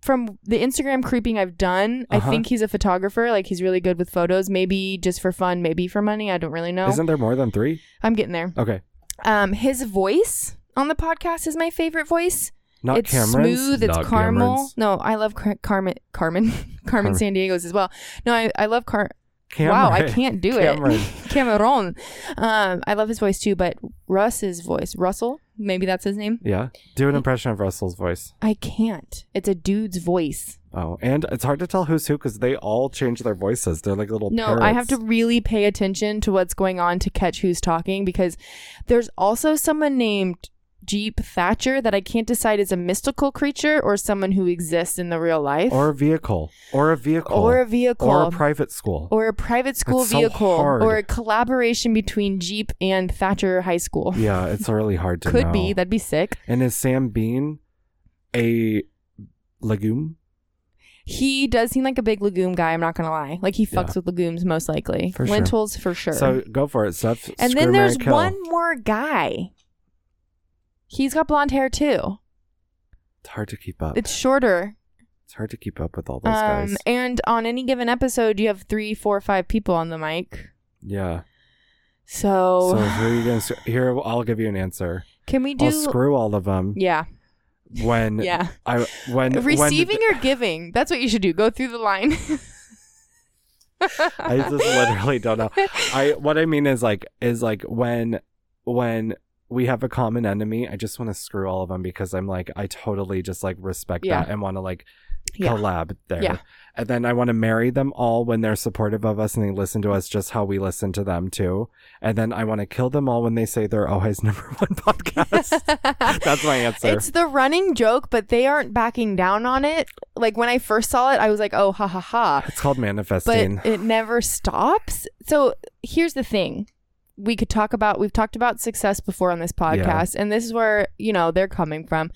A: From the Instagram creeping I've done,
B: Uh-huh.
A: I think he's a photographer. Like he's really good with photos, maybe just for fun, maybe for money. I don't really know.
B: Isn't there more than three?
A: I'm getting there.
B: Okay.
A: Um, his voice on the podcast is my favorite voice.
B: Not
A: it's
B: Cameron's.
A: smooth. It's
B: Not
A: caramel.
B: Cameron's.
A: No, I love Car- Carmen. Carmen. <laughs> Carmen
B: Carmen.
A: San Diego's as well. No, I, I love Car.
B: Cameron.
A: Wow, I can't do
B: Cameron.
A: it. <laughs> Cameron. Um, I love his voice too, but Russ's voice, Russell, maybe that's his name.
B: <laughs> Yeah. Do an impression of Russell's voice.
A: I can't. It's a dude's voice.
B: Oh, and it's hard to tell who's who because they all change their voices. They're like little.
A: No, I have to
B: parrots.
A: really pay attention to what's going on to catch who's talking because there's also someone named Jeep Thatcher that I can't decide is a mystical creature or someone who exists in the real life
B: Or a vehicle. Or a vehicle.
A: Or a vehicle.
B: Or a private school.
A: or a private school
B: That's so
A: vehicle
B: hard.
A: or a collaboration between Jeep and Thatcher High <laughs> School.
B: Yeah, it's really hard to
A: Could
B: know.
A: be. That'd be sick.
B: And is Sam Bean a legume?
A: He does seem like a big legume guy. I'm not gonna lie. Like he fucks
B: Yeah.
A: with legumes most likely.
B: For sure.
A: Lentils for sure.
B: So go for it, Seth.
A: and
B: Screw,
A: then
B: Mary,
A: there's
B: kill.
A: one more guy. He's got blonde hair too.
B: It's hard to keep up.
A: It's shorter.
B: It's hard to keep up with all those
A: Um,
B: guys.
A: and on any given episode, you have three, four, five people on the mic.
B: Yeah.
A: So,
B: So who are you gonna sc- here? I'll give you an answer.
A: can oh. we do?
B: I'll screw all of them
A: yeah,
B: when
A: yeah.
B: I when
A: Receiving
B: <laughs> When,
A: or giving? That's what you should do. Go through the line.
B: I just literally don't know. I what I mean is like is like when when we have a common enemy. I just want to screw all of them because I'm like I totally just like respect
A: Yeah.
B: that and want to like
A: Yeah.
B: collab there.
A: Yeah.
B: And then I want to marry them all when they're supportive of us and they listen to us just how we listen to them too. And then I want to kill them all when they say they're always <laughs> number one podcast.
A: <laughs>
B: That's my answer.
A: It's the running joke, but they aren't backing down on it. Like when I first saw it, I was like, oh, ha ha ha.
B: It's called
A: But
B: manifesting.
A: it never stops. So here's the thing we could talk about, we've talked about success before on this podcast, and this is where, you know, they're coming from.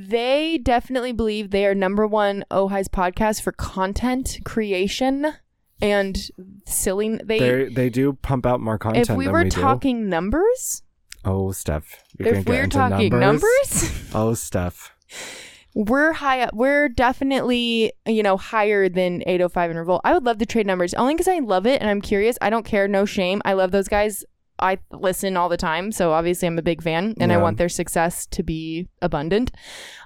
A: They definitely believe they are number one Ohai's podcast for content creation and silly. They
B: They they do pump out more content
A: if we
B: than
A: were
B: we do.
A: talking numbers,
B: Oh, Steph, you're gonna
A: if
B: get
A: we're
B: into
A: talking numbers,
B: <laughs> Oh, Steph.
A: we're high up. We're definitely you know higher than 805 and Revolt. I would love to trade numbers only because I love it and I'm curious. I don't care. No shame. I love those guys. I listen all the time, so obviously I'm a big fan, and I
B: Yeah.
A: want their success to be abundant.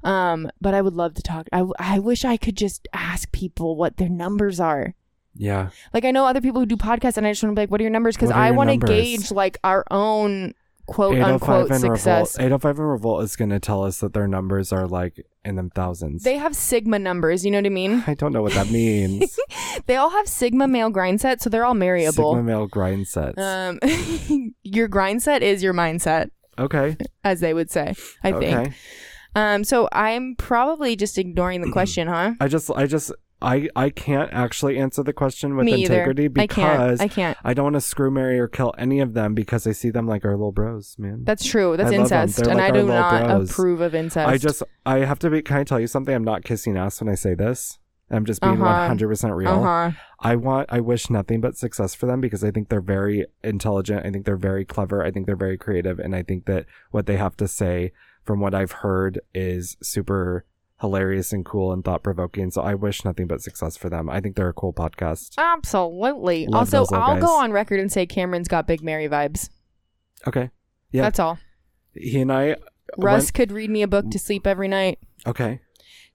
A: Um, but I would love to talk. I, I wish I could just ask people what their numbers are.
B: Yeah,
A: Like I know other people who do podcasts, and I just want to be like, "What are your numbers?" Because
B: What are
A: I
B: your
A: want to
B: numbers?
A: gauge like our own quote
B: 805
A: unquote
B: and
A: success.
B: Revolt. 805 and Revolt is gonna tell us that their numbers are like in them thousands.
A: They have sigma numbers. You know what I mean?
B: I don't know what
A: <laughs>
B: that means.
A: They all have sigma male grind set, so they're all
B: Sigma
A: marryable.
B: male grind sets.
A: Um, <laughs> your grind set is your mindset,
B: okay.
A: as they would say. I think.
B: Okay.
A: Um, so I'm probably just ignoring
B: <clears throat>
A: the question, huh?
B: I just I just I I can't actually answer the question with
A: Me either.
B: integrity
A: I can't.
B: because
A: I can't.
B: I don't want to screw, marry, or kill any of them because I see them like our little bros, man.
A: That's true. That's
B: I love 'em.
A: incest,
B: They're
A: and
B: like
A: I
B: our
A: do
B: little
A: not
B: bros.
A: approve of incest.
B: I just I have to be. Can I tell you something? I'm not kissing ass when I say this. I'm just being
A: Uh-huh.
B: 100 percent real.
A: uh huh.
B: I want. I wish nothing but success for them because I think they're very intelligent. I think they're very clever. I think they're very creative, and I think that what they have to say, from what I've heard, is super hilarious and cool and thought provoking. So I wish nothing but success for them. I think they're a cool podcast.
A: Absolutely.
B: Love
A: also,
B: those little
A: I'll
B: guys.
A: go on record and say Cameron's got Big Mary vibes.
B: Okay. Yeah. Uh,
A: That's all.
B: He and I.
A: Russ
B: went-
A: could read me a book to sleep every night.
B: okay.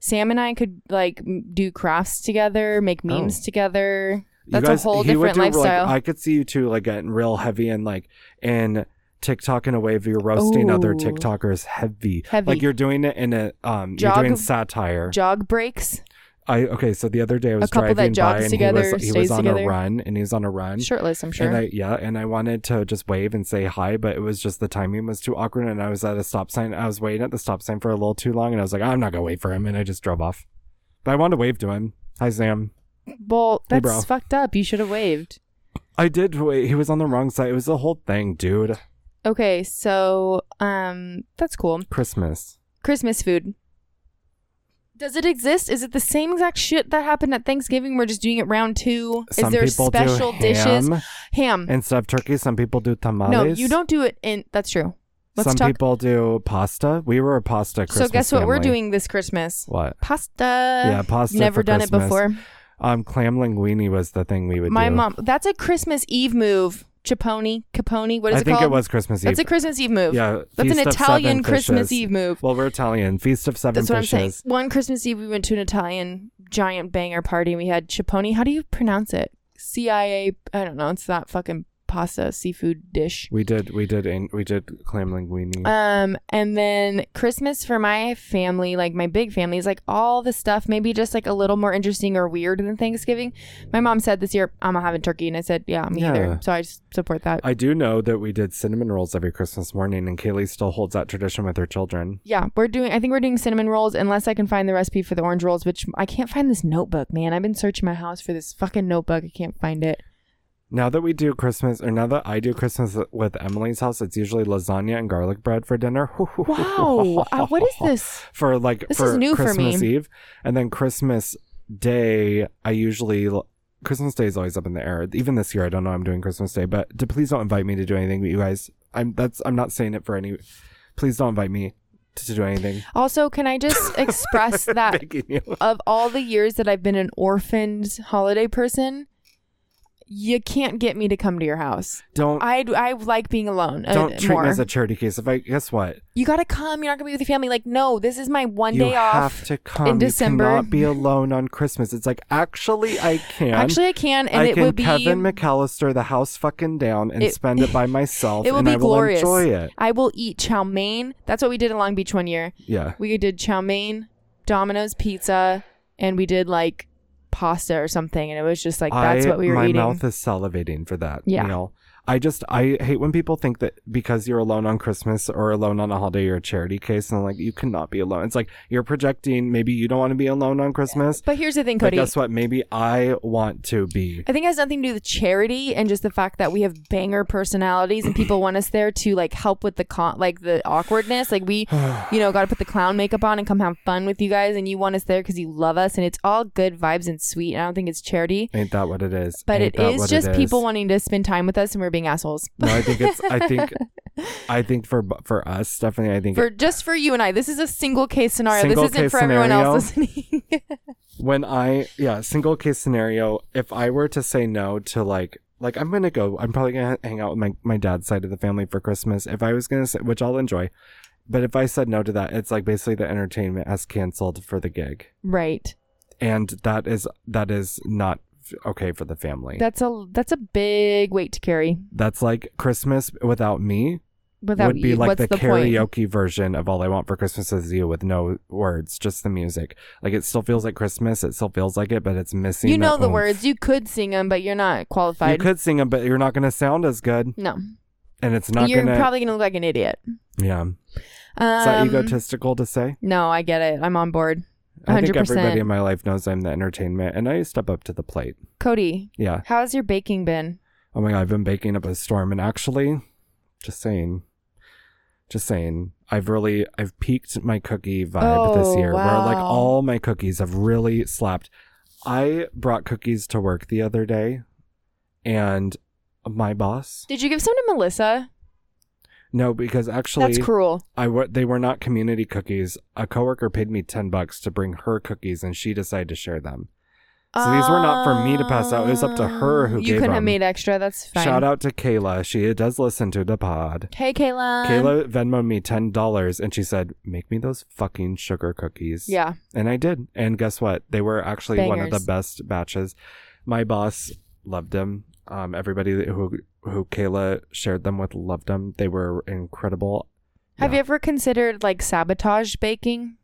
A: Sam and I could like m- do crafts together, make memes together.
B: Oh. You
A: That's a whole
B: he would
A: different
B: do, like,
A: lifestyle.
B: I could see you two like getting real heavy and like in TikTok in a way of you're roasting other
A: Ooh.
B: TikTokers heavy.
A: Heavy.
B: Like you're doing it in a um
A: Jog-
B: you're doing satire.
A: Jog breaks,
B: I okay, so the other day I was
A: couple that
B: driving by
A: jogs
B: and
A: together,
B: he was he
A: stays
B: was on a
A: together.
B: run and he was on a run.
A: shirtless. I'm sure.
B: And I yeah, and I wanted to just wave and say hi, but it was just the timing was too awkward and I was at a stop sign. I was waiting at the stop sign for a little too long and I was like, I'm not gonna wait for him and I just drove off. But I wanted to wave to him. Hi Sam.
A: well,
B: Hey,
A: that's
B: bro.
A: fucked up. You should have waved.
B: I did wait. He was on the wrong side. It was the whole thing, dude.
A: Okay, so um, that's cool.
B: Christmas.
A: Christmas food. Does it exist? Is it the same exact shit that happened at Thanksgiving? We're just doing it round two.
B: Some
A: Is there
B: people
A: special
B: do
A: dishes?
B: ham
A: Ham.
B: instead of turkey. Some people do tamales.
A: Mm. No, you don't do it in. That's true. Let's
B: Some
A: talk.
B: people do pasta. We were a pasta
A: so
B: Christmas.
A: guess what we're
B: family.
A: doing this Christmas?
B: What?
A: Pasta.
B: Yeah, pasta.
A: Never
B: for
A: done it
B: Christmas.
A: before.
B: Um, clam linguine was the thing we would
A: My
B: do.
A: mom. That's a Christmas Eve move. Chipone, capone. What is
B: I
A: it
B: think
A: called?
B: it was Christmas Eve.
A: That's a Christmas Eve move.
B: yeah,
A: That's an
B: Feast of
A: Italian
B: Seven
A: Christmas
B: Fishes.
A: Eve move.
B: Well, we're Italian. Feast of Seven
A: That's what I'm
B: Fishes.
A: saying. One Christmas Eve, we went to an Italian giant banger party. and We had chipone. How do you pronounce it? CIA. I don't know. It's that fucking pasta seafood dish.
B: We did. We did. In, we did clam linguine.
A: Um, and then Christmas for my family, like my big family, is like all the stuff, maybe just like a little more interesting or weird than Thanksgiving. My mom said this year, I'm not having turkey. And I said, yeah, me
B: Yeah.
A: either. So I just support that.
B: I do know that we did cinnamon rolls every Christmas morning, and Kaylee still holds that tradition with her children.
A: yeah, we're doing, I think we're doing cinnamon rolls unless I can find the recipe for the orange rolls, which I can't find this notebook, man. I've been searching my house for this fucking notebook. I can't find it.
B: Now that we do Christmas, or now that I do Christmas with Emily's house, it's usually lasagna and garlic bread for dinner. <laughs>
A: Wow. uh, what is this?
B: For like
A: This
B: for
A: is new for me.
B: Christmas Eve, and then Christmas Day, I usually Christmas Day is always up in the air. Even this year, I don't know I'm doing Christmas Day, but d please don't invite me to do anything. You guys, I'm that's I'm not saying it for any. Please don't invite me to, to do anything.
A: Also, can I just
B: <laughs>
A: express that
B: Begging you.
A: of all the years that I've been an orphaned holiday person, you can't get me to come to your house.
B: Don't
A: I I like being alone. uh,
B: don't treat
A: more.
B: me as a charity case. If I guess what
A: you gotta come. You're not gonna be with your family. Like no, this is my one
B: you
A: day
B: have
A: off.
B: to come
A: in December.
B: You cannot be alone on Christmas. It's like actually I can.
A: Actually, I can, and
B: I
A: it
B: can
A: would be
B: Kevin McAllister the house fucking down
A: <laughs>
B: and
A: It-
B: spend it by myself,
A: it will
B: and
A: be
B: I will
A: glorious.
B: enjoy it.
A: I will eat chow mein. That's what we did in Long Beach one year.
B: Yeah,
A: We did chow mein, Domino's pizza, and we did like pasta or something, and it was just like that's
B: I,
A: what we were
B: my
A: eating.
B: mouth is salivating for that
A: Yeah.
B: meal. I just I hate when people think that because you're alone on Christmas or alone on a holiday, you're a charity case, and like you cannot be alone. It's like you're projecting. Maybe you don't want to be alone on Christmas.
A: But here's the thing,
B: But
A: Cody.
B: guess what? Maybe I want to be.
A: I think it has nothing to do with charity and just the fact that we have banger personalities and
B: <clears throat>
A: people want us there to like help with the con like the awkwardness. Like
B: <sighs>
A: we, you know, got to put the clown makeup on and come have fun with you guys, and you want us there because you love us, and it's all good vibes and sweet. I don't think it's charity,
B: Ain't that what it is?
A: but
B: Ain't
A: it
B: that
A: is
B: what
A: just
B: it is?
A: people wanting to spend time with us, and we're being assholes.
B: No, I think it's. I
A: <laughs>
B: think. I think for for us, Stephanie. I think
A: For just for you and I, this is a single case scenario.
B: Single
A: this isn't
B: case
A: for everyone else
B: scenario.
A: listening. <laughs>
B: when I yeah, single case scenario. If I were to say no to like like I'm gonna go. I'm probably gonna hang out with my my dad's side of the family for Christmas. If I was gonna say, which I'll enjoy, but if I said no to that, it's like basically the entertainment has canceled for the gig,
A: right.
B: and that is that is not f- okay for the family.
A: That's a that's a big weight to carry.
B: That's like Christmas without me
A: Without
B: would be
A: you,
B: like
A: what's
B: the,
A: the, point?
B: karaoke version of All I Want for Christmas Is You with no words, just the music. Like it still feels like Christmas, it still feels like it, but it's missing.
A: You know
B: that
A: the
B: oomph.
A: words. You could sing them, but you're not
B: You
A: qualified.
B: could sing them, but you're not going to sound as good,
A: no,
B: and it's not
A: you're
B: going to.
A: probably gonna look like an idiot.
B: yeah, is
A: Um,
B: that egotistical to say?
A: No, I get it. I'm on board.
B: I think
A: 100%.
B: everybody in my life knows I'm the entertainment, and I step up to the plate.
A: Cody,
B: Yeah.
A: how's your baking been?
B: Oh my god, I've been baking up a storm, and actually, just saying, just saying, I've really I've peaked my cookie vibe this
A: Oh,
B: year, where like
A: wow.
B: all my cookies have really slapped. I brought cookies to work the other day, and my boss
A: Did you give some to Melissa?
B: no, because actually
A: That's cruel.
B: I wa- they were not community cookies. A coworker paid me ten bucks to bring her cookies, and she decided to share them. So these were not for me to pass out. It was up to her who
A: Um, you
B: gave
A: You couldn't have
B: them.
A: made extra. That's fine.
B: Shout out to Kayla. She does listen to the pod.
A: Hey, Kayla.
B: Kayla Venmoed me ten dollars, and she said, "Make me those fucking sugar cookies."
A: Yeah.
B: and I did. And guess what? They were actually one of
A: Bangers.
B: the best batches. My boss loved them. Um, everybody who who Kayla shared them with loved them. They were incredible.
A: Have
B: Yeah.
A: you ever considered like sabotage baking?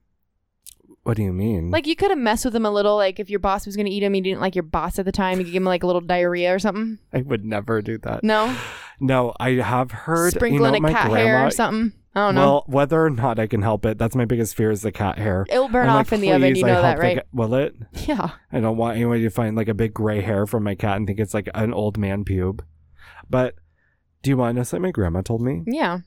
B: What do you mean?
A: Like you could have messed with them a little. Like if your boss was gonna eat them, you didn't like your boss at the time. You could give him like a little diarrhea or something.
B: I would never do that.
A: No,
B: No, I have heard
A: sprinkle
B: you know,
A: in
B: my
A: a cat
B: grandma,
A: hair or something. I don't know. <laughs>
B: Well, whether or not I can help it, that's my biggest fear is the cat hair.
A: It'll burn
B: I'm
A: off
B: like,
A: in the oven.
B: "Please,
A: You
B: I
A: know
B: hope
A: that,
B: the
A: right?
B: ca- Will it?
A: yeah.
B: I don't want anybody to find like a big gray hair from my cat and think it's like an old man pube. But do you want to know something my grandma told me?
A: Yeah.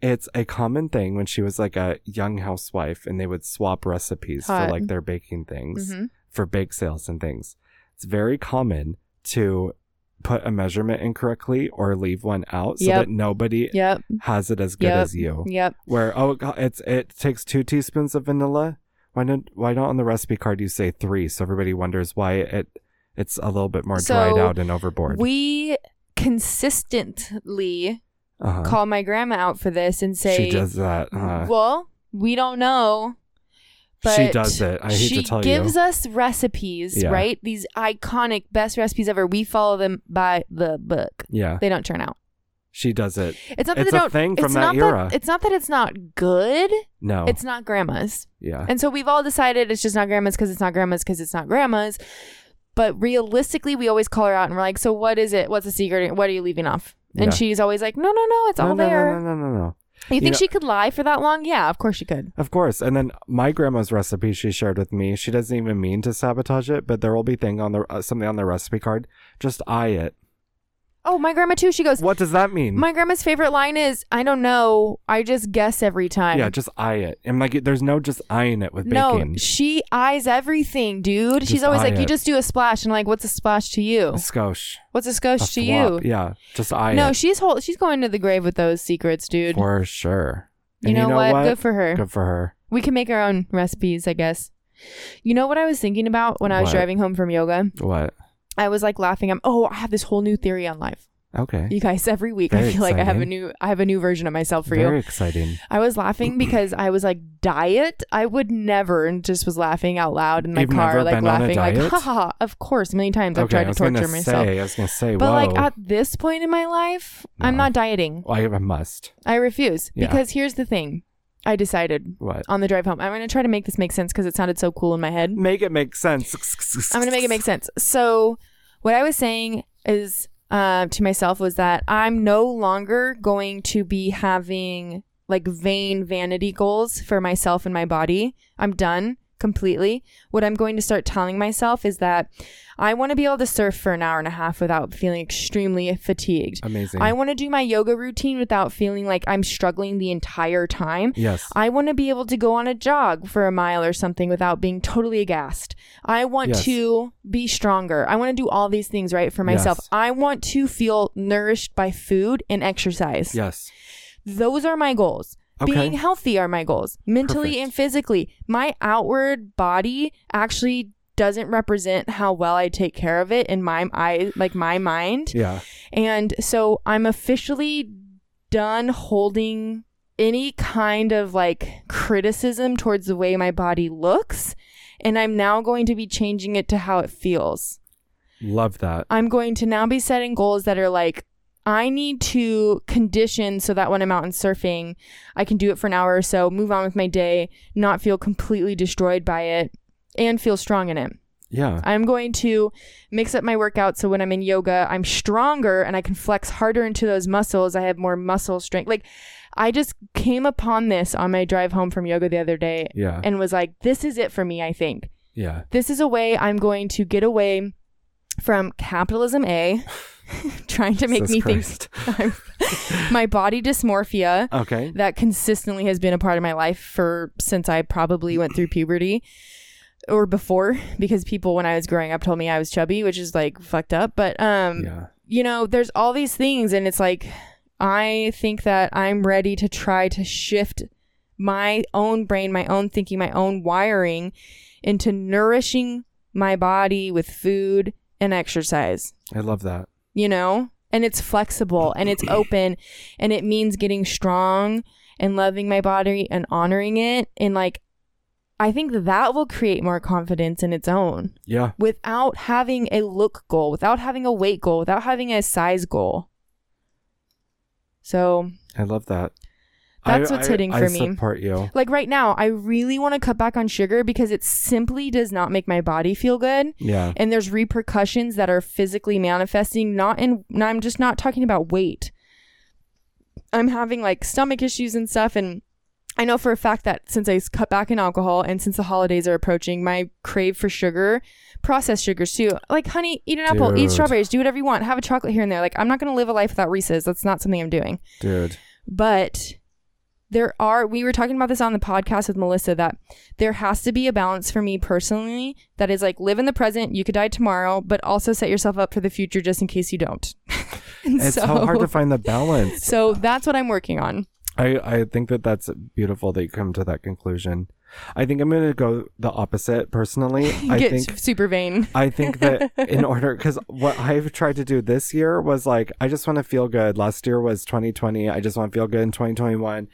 B: It's a common thing when she was like a young housewife and they would swap recipes
A: Hot.
B: for like their baking things
A: hmm
B: for bake sales and things. It's very common to put a measurement incorrectly or leave one out so
A: Yep.
B: that nobody
A: Yep.
B: has it as good
A: Yep.
B: as you.
A: Yep.
B: Where oh go- it's it takes two teaspoons of vanilla. Why not? Why not on the recipe card you say three? So everybody wonders why it it's a little bit more dried
A: So,
B: out and overboard.
A: We consistently
B: uh-huh.
A: call my grandma out for this and say,
B: she does that. uh-huh. huh?
A: "Well, we don't know." But
B: she does it. I hate
A: she
B: to tell
A: gives
B: you.
A: us recipes,
B: Yeah.
A: right? These iconic best recipes ever. We follow them by the book.
B: yeah,
A: They don't turn out.
B: she does it.
A: It's not that
B: It's
A: they
B: a
A: don't.
B: thing from
A: it's
B: that
A: not
B: era. Oh.
A: That, it's not that it's not good.
B: No,
A: It's not grandma's.
B: yeah,
A: And so we've all decided it's just not grandma's because it's not grandma's because it's not grandma's. But realistically, we always call her out and we're like, so what is it? What's the secret? What are you leaving off? And
B: Yeah.
A: she's always like, no, no, no, it's
B: no,
A: all
B: no,
A: there.
B: no, no, no, no, no.
A: You think
B: know-
A: she could lie for that long? Yeah, of course she could.
B: Of course. And then my grandma's recipe she shared with me. She doesn't even mean to sabotage it, but there will be thing on the uh, something on the recipe card. Just eye it.
A: Oh, my grandma too. She goes,
B: What does that mean?
A: my grandma's favorite line is, I don't know. I just guess every time.
B: Yeah, just eye it. And like, there's no just eyeing it with
A: no,
B: bacon.
A: she eyes everything, dude. She's
B: Just
A: always
B: eye
A: like, you
B: it.
A: just do a splash. And I'm like, what's a splash to you?
B: A skosh.
A: What's a
B: A
A: skosh to
B: flop.
A: you?
B: Yeah, just eye
A: No,
B: it.
A: she's whole, she's going to the grave with those secrets, dude.
B: for sure.
A: You
B: And
A: know, what? Good for her.
B: Good for her.
A: We can make our own recipes, I guess. You know what I was thinking about when I was
B: What?
A: driving home from yoga?
B: What?
A: I was like laughing. I'm oh, I have this whole new theory on life.
B: Okay.
A: You guys, every week I
B: Very
A: feel like I have a
B: exciting.
A: new I have a new version of myself for
B: Very
A: you.
B: exciting.
A: I was
B: <clears throat>
A: laughing because I was like diet. I would never and just was laughing out loud in my
B: You've
A: car,
B: never
A: like
B: been on a
A: laughing, like
B: diet?
A: ha ha. ha." Of course, many times I've
B: okay,
A: tried
B: I
A: to
B: was
A: torture
B: gonna
A: myself.
B: say. I was gonna say.
A: But
B: whoa.
A: like at this point in my life, I'm
B: No.
A: not dieting.
B: Well, I must.
A: I refuse
B: Yeah.
A: because here's the thing. I decided
B: What?
A: on the drive home. I'm going to try to make this make sense because it sounded so cool in my head.
B: Make it make sense. <laughs>
A: I'm gonna make it make sense. So what I was saying is uh, to myself was that I'm no longer going to be having like vain vanity goals for myself and my body. I'm done completely. What I'm going to start telling myself is that I want to be able to surf for an hour and a half without feeling extremely fatigued.
B: Amazing.
A: I want to do my yoga routine without feeling like I'm struggling the entire time.
B: yes.
A: I want to be able to go on a jog for a mile or something without being totally aghast. I want
B: Yes.
A: to be stronger. I want to do all these things right for myself.
B: Yes.
A: I want to feel nourished by food and exercise.
B: yes.
A: Those are my goals.
B: Okay.
A: Being healthy are my goals, mentally
B: Perfect.
A: and physically. My outward body actually doesn't represent how well I take care of it in my I like my mind.
B: Yeah.
A: And so I'm officially done holding any kind of like criticism towards the way my body looks. And I'm now going to be changing it to how it feels.
B: Love that.
A: I'm going to now be setting goals that are like, I need to condition so that when I'm out and surfing, I can do it for an hour or so, move on with my day, not feel completely destroyed by it, and feel strong in it.
B: Yeah.
A: I'm going to mix up my workout so when I'm in yoga, I'm stronger and I can flex harder into those muscles. I have more muscle strength. Like, I just came upon this on my drive home from yoga the other day
B: Yeah.
A: and was like, this is it for me, I think.
B: yeah.
A: This is a way I'm going to get away from capitalism A, <laughs> trying to make
B: Jesus
A: me
B: Christ. <laughs>
A: think I'm, my body dysmorphia
B: Okay.
A: that consistently has been a part of my life for since I probably went through puberty or before because people when I was growing up told me I was chubby, which is like fucked up, but um
B: Yeah.
A: you know, there's all these things and it's like I think that I'm ready to try to shift my own brain, my own thinking, my own wiring into nourishing my body with food and exercise
B: I love that.
A: you know? And it's flexible and it's open and it means getting strong and loving my body and honoring it. And like, I think that will create more confidence in its own
B: Yeah.
A: without having a look goal, without having a weight goal, without having a size goal. So,
B: I love that.
A: That's
B: I-
A: what's
B: I-
A: hitting
B: I
A: for me.
B: support you.
A: like right now, I really want to cut back on sugar because it simply does not make my body feel good.
B: Yeah.
A: and there's repercussions that are physically manifesting not in and i'm just not talking about weight i'm having like stomach issues and stuff and i know for a fact that since i cut back in alcohol and since the holidays are approaching my crave for sugar processed sugars too like honey eat an apple eat
B: Dude.
A: strawberries do whatever you want have a chocolate here and there like i'm not going to live a life without reese's that's not something i'm doing <laughs>
B: Dude.
A: but there are we were talking about this on the podcast with melissa that there has to be a balance for me personally that is like live in the present you could die tomorrow but also set yourself up for the future just in case you don't <laughs> And
B: It's so hard to find the balance.
A: <laughs> so that's what i'm working on
B: I, I think that that's beautiful that you come to that conclusion. I think I'm going to go the opposite personally. I
A: get
B: think
A: super vain
B: <laughs> I think that in order, because what I've tried to do this year was like, I just want to feel good. Last year was 2020. I just want to feel good in 2021.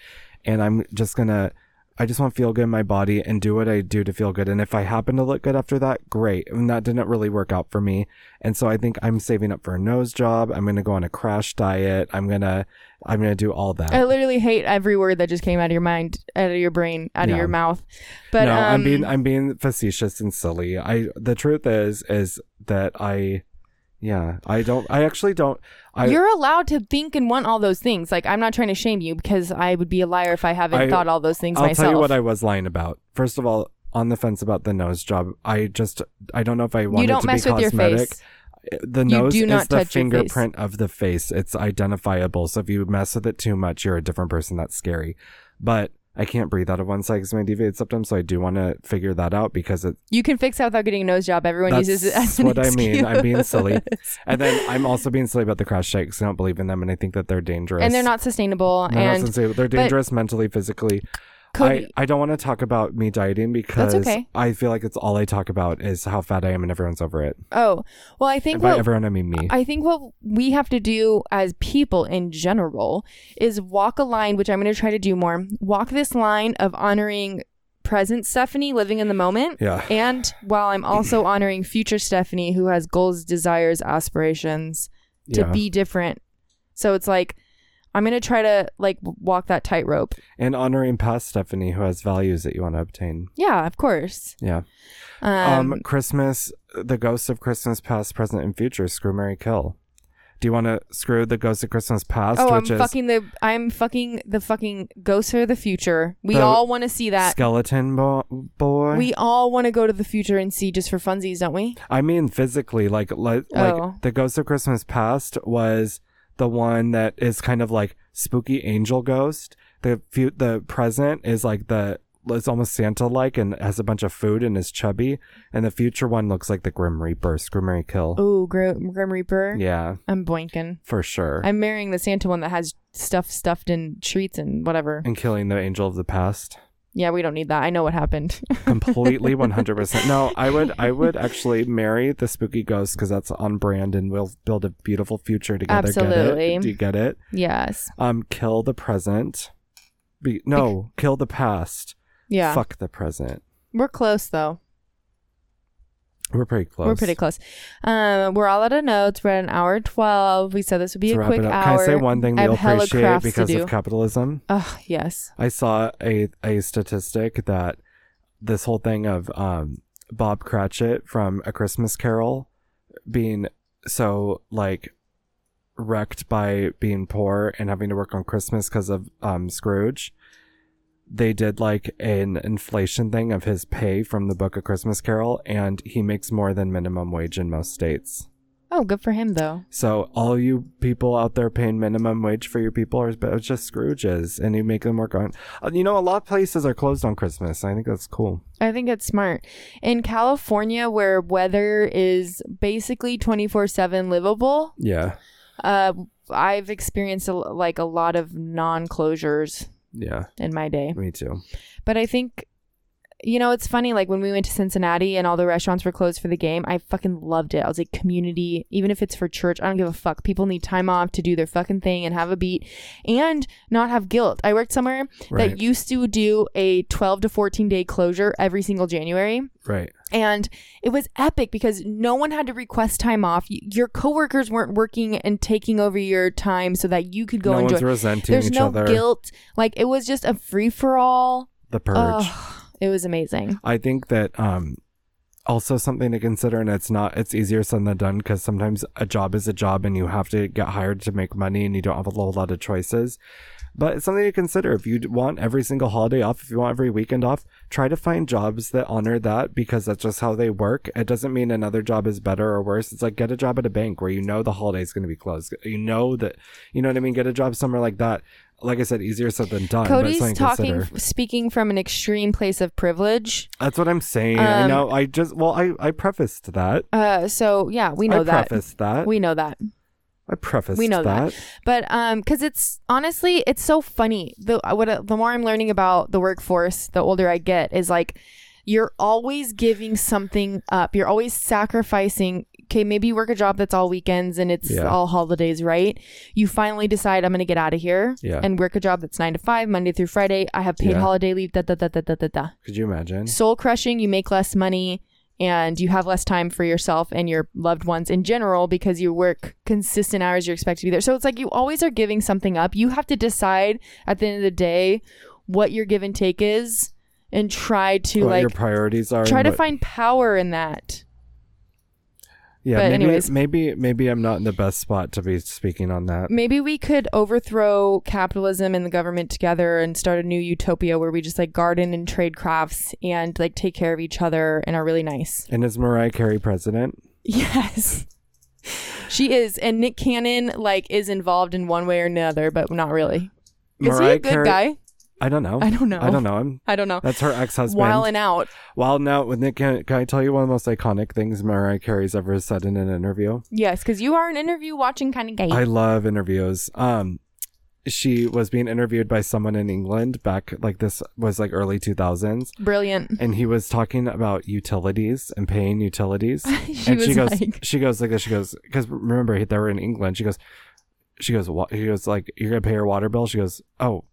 B: And I'm just going to, I just want to feel good in my body and do what I do to feel good. And if I happen to look good after that, great. And that didn't really work out for me. And so I think I'm saving up for a nose job. I'm going to go on a crash diet. I'm going to, I'm going to do all that.
A: i literally hate every word that just came out of your mind out of your brain out
B: Yeah.
A: of your mouth but
B: no,
A: um,
B: I'm being I'm being facetious and silly. I the truth is is that I yeah, I don't I actually don't I
A: you're allowed to think and want all those things like i'm not trying to shame you because i would be a liar if i haven't
B: I-
A: thought all those things
B: I'll
A: myself
B: tell you what I was lying about. First of all, on the fence about the nose job. I just I don't know if I wanted
A: you don't
B: to
A: mess
B: be
A: with your
B: cosmetic. Uh,
A: face
B: The nose
A: do
B: is
A: not
B: the
A: touch your face.
B: fingerprint of the face. It's identifiable. So if you mess with it too much, you're a different person. That's scary. But I can't breathe out of one side because my deviated septum. So I do want to figure that out because it
A: You can fix that without getting a nose job. Everyone
B: That's
A: uses it as an
B: what I mean. I'm being silly.
A: excuse.
B: And then I'm also being silly about the crash site because I don't believe in them and I think that they're
A: <laughs>
B: dangerous.
A: and they're not sustainable.
B: They're, not
A: and
B: sincere. they're dangerous mentally, physically.
A: Cody,
B: I, I don't want to talk about me dieting because
A: okay.
B: I feel like it's all I talk about is how fat I am and everyone's over it.
A: oh, well, I think
B: And by
A: what
B: everyone, I mean me.
A: I think what we have to do as people in general is walk a line, which I'm going to try to do more. Walk this line of honoring present Stephanie, living in the moment.
B: yeah.
A: And while I'm
B: <clears throat>
A: also honoring future Stephanie, who has goals, desires, aspirations, to
B: yeah.
A: be different. So it's like I'm gonna try to like w- walk that tightrope.
B: and honoring past Stephanie who has values that you want to obtain.
A: Yeah, of course.
B: Yeah.
A: Um,
B: Um, Christmas, the ghosts of Christmas past, present, and future, screw Mary Kill. Do you want to screw the Ghost of Christmas Past,
A: Oh, I'm
B: which is
A: fucking the I'm fucking the fucking ghost of the future. We
B: The-
A: all want to see that.
B: Skeleton Bo- Boy?
A: We all want to go to the future and see just for funsies, don't we?
B: I mean physically, like like,
A: Oh.
B: like the Ghost of Christmas Past was the one that is kind of like spooky angel ghost. The fu- the present is like the it's almost Santa like and has a bunch of food and is chubby. And the future one looks like the Grim Reaper, Screamery Kill.
A: Oh, Grim, Grim Reaper.
B: Yeah,
A: I'm blanking.
B: for sure.
A: I'm marrying the Santa one that has stuff stuffed in treats and whatever.
B: and killing the angel of the past.
A: Yeah, we don't need that. I know what happened. <laughs>
B: completely 100% no i would i would actually marry the spooky ghost because that's on brand and we'll build a beautiful future together get
A: Absolutely.
B: it? do you get it
A: yes.
B: um kill the present Be- no kill the past
A: Yeah.
B: fuck the present
A: We're close though.
B: we're pretty close
A: We're pretty close. Um, we're all out of notes. We're at an hour twelve. We said this would be
B: To
A: a
B: wrap
A: quick
B: it up,
A: hour.
B: can i say one thing
A: I
B: they'll
A: have hella
B: appreciate
A: crafts to
B: because
A: do.
B: of capitalism
A: Ugh, yes.
B: I saw a a statistic that this whole thing of um Bob Cratchit from A Christmas Carol being so like wrecked by being poor and having to work on Christmas because of um Scrooge. They did like an inflation thing of his pay from the book A Christmas Carol, and he makes more than minimum wage in most states.
A: Oh, good for him though.
B: So all you people out there paying minimum wage for your people are but it's just Scrooges, and you make them work on. Uh, You know, a lot of places are closed on Christmas. I think that's cool.
A: I think it's smart. In California, where weather is basically 24 7 livable,
B: Yeah,
A: uh, I've experienced a, like a lot of non closures
B: yeah,
A: in my day.
B: me too.
A: But I think, you know, it's funny. Like when we went to Cincinnati and all the restaurants were closed for the game, I fucking loved it. I was like, community, even if it's for church, I don't give a fuck. People need time off to do their fucking thing and have a beat and not have guilt. I worked somewhere
B: Right.
A: that used to do a 12 to 14 day closure every single January.
B: Right,
A: And it was epic because no one had to request time off. Y- Your coworkers weren't working and taking over your time so that you could go
B: no one's
A: enjoy.
B: resenting
A: There's
B: each
A: no
B: other.
A: guilt. Like it was just a free for all.
B: The purge.
A: It was amazing.
B: I think that um, also something to consider, and it's not. It's easier said than done because sometimes a job is a job, and you have to get hired to make money, and you don't have a whole lot of choices. But it's something to consider. If you d- want every single holiday off, if you want every weekend off, try to find jobs that honor that because that's just how they work. It doesn't mean another job is better or worse. It's like get a job at a bank where you know the holiday is going to be closed. You know that, you know what I mean? Get a job somewhere like that. Like I said, easier said than done. but
A: Cody's
B: it's something to
A: talking,
B: consider.
A: speaking from an extreme place of privilege.
B: That's what I'm saying. I
A: Um,
B: know. I just well, I I prefaced that.
A: Uh, so yeah, we know
B: I
A: that.
B: prefaced that.
A: We know that.
B: I prefaced
A: we know
B: that.
A: that. But um, because it's honestly, it's so funny. The what the more I'm learning about the workforce, the older I get, is like you're always giving something up. You're always sacrificing. Okay, maybe you work a job that's all weekends and it's
B: Yeah.
A: all holidays, right? You finally decide I'm going to get out of here
B: Yeah.
A: and work a job that's nine to five, Monday through Friday. I have paid
B: Yeah.
A: holiday leave. Da da da da da da da.
B: Could you imagine?
A: Soul crushing. You make less money. And you have less time for yourself and your loved ones in general because you work consistent hours. You're expected to be there. So it's like you always are giving something up. You have to decide at the end of the day what your give and take is and try to
B: what
A: like
B: your priorities are.
A: try
B: and
A: to
B: what-
A: find power in that.
B: Yeah.
A: but
B: maybe,
A: anyways.
B: maybe maybe I'm not in the best spot to be speaking on that.
A: Maybe we could overthrow capitalism and the government together and start a new utopia where we just like garden and trade crafts and like take care of each other and are really nice.
B: And is Mariah Carey president?
A: Yes. She is, and Nick Cannon like is involved in one way or another, but not really. Is he
B: Mariah
A: a good
B: Carey-
A: guy?
B: I don't know.
A: I don't know.
B: I don't know. I'm,
A: I don't know.
B: that's her ex-husband.
A: While and out.
B: While now, with Nick, can, can I tell you one of the most iconic things Mariah Carey's ever said in an interview?
A: Yes, because you are an interview watching kind of guy.
B: I love interviews. Um, she was being interviewed by someone in England back, like this was like early 2000s,
A: Brilliant.
B: and he was talking about utilities and
A: <laughs>
B: paying utilities.
A: she
B: and
A: was
B: she goes,
A: like,
B: she goes like this. She goes because remember they were in England. She goes, she goes, wa- he goes like you're gonna pay your water bill. She goes, oh,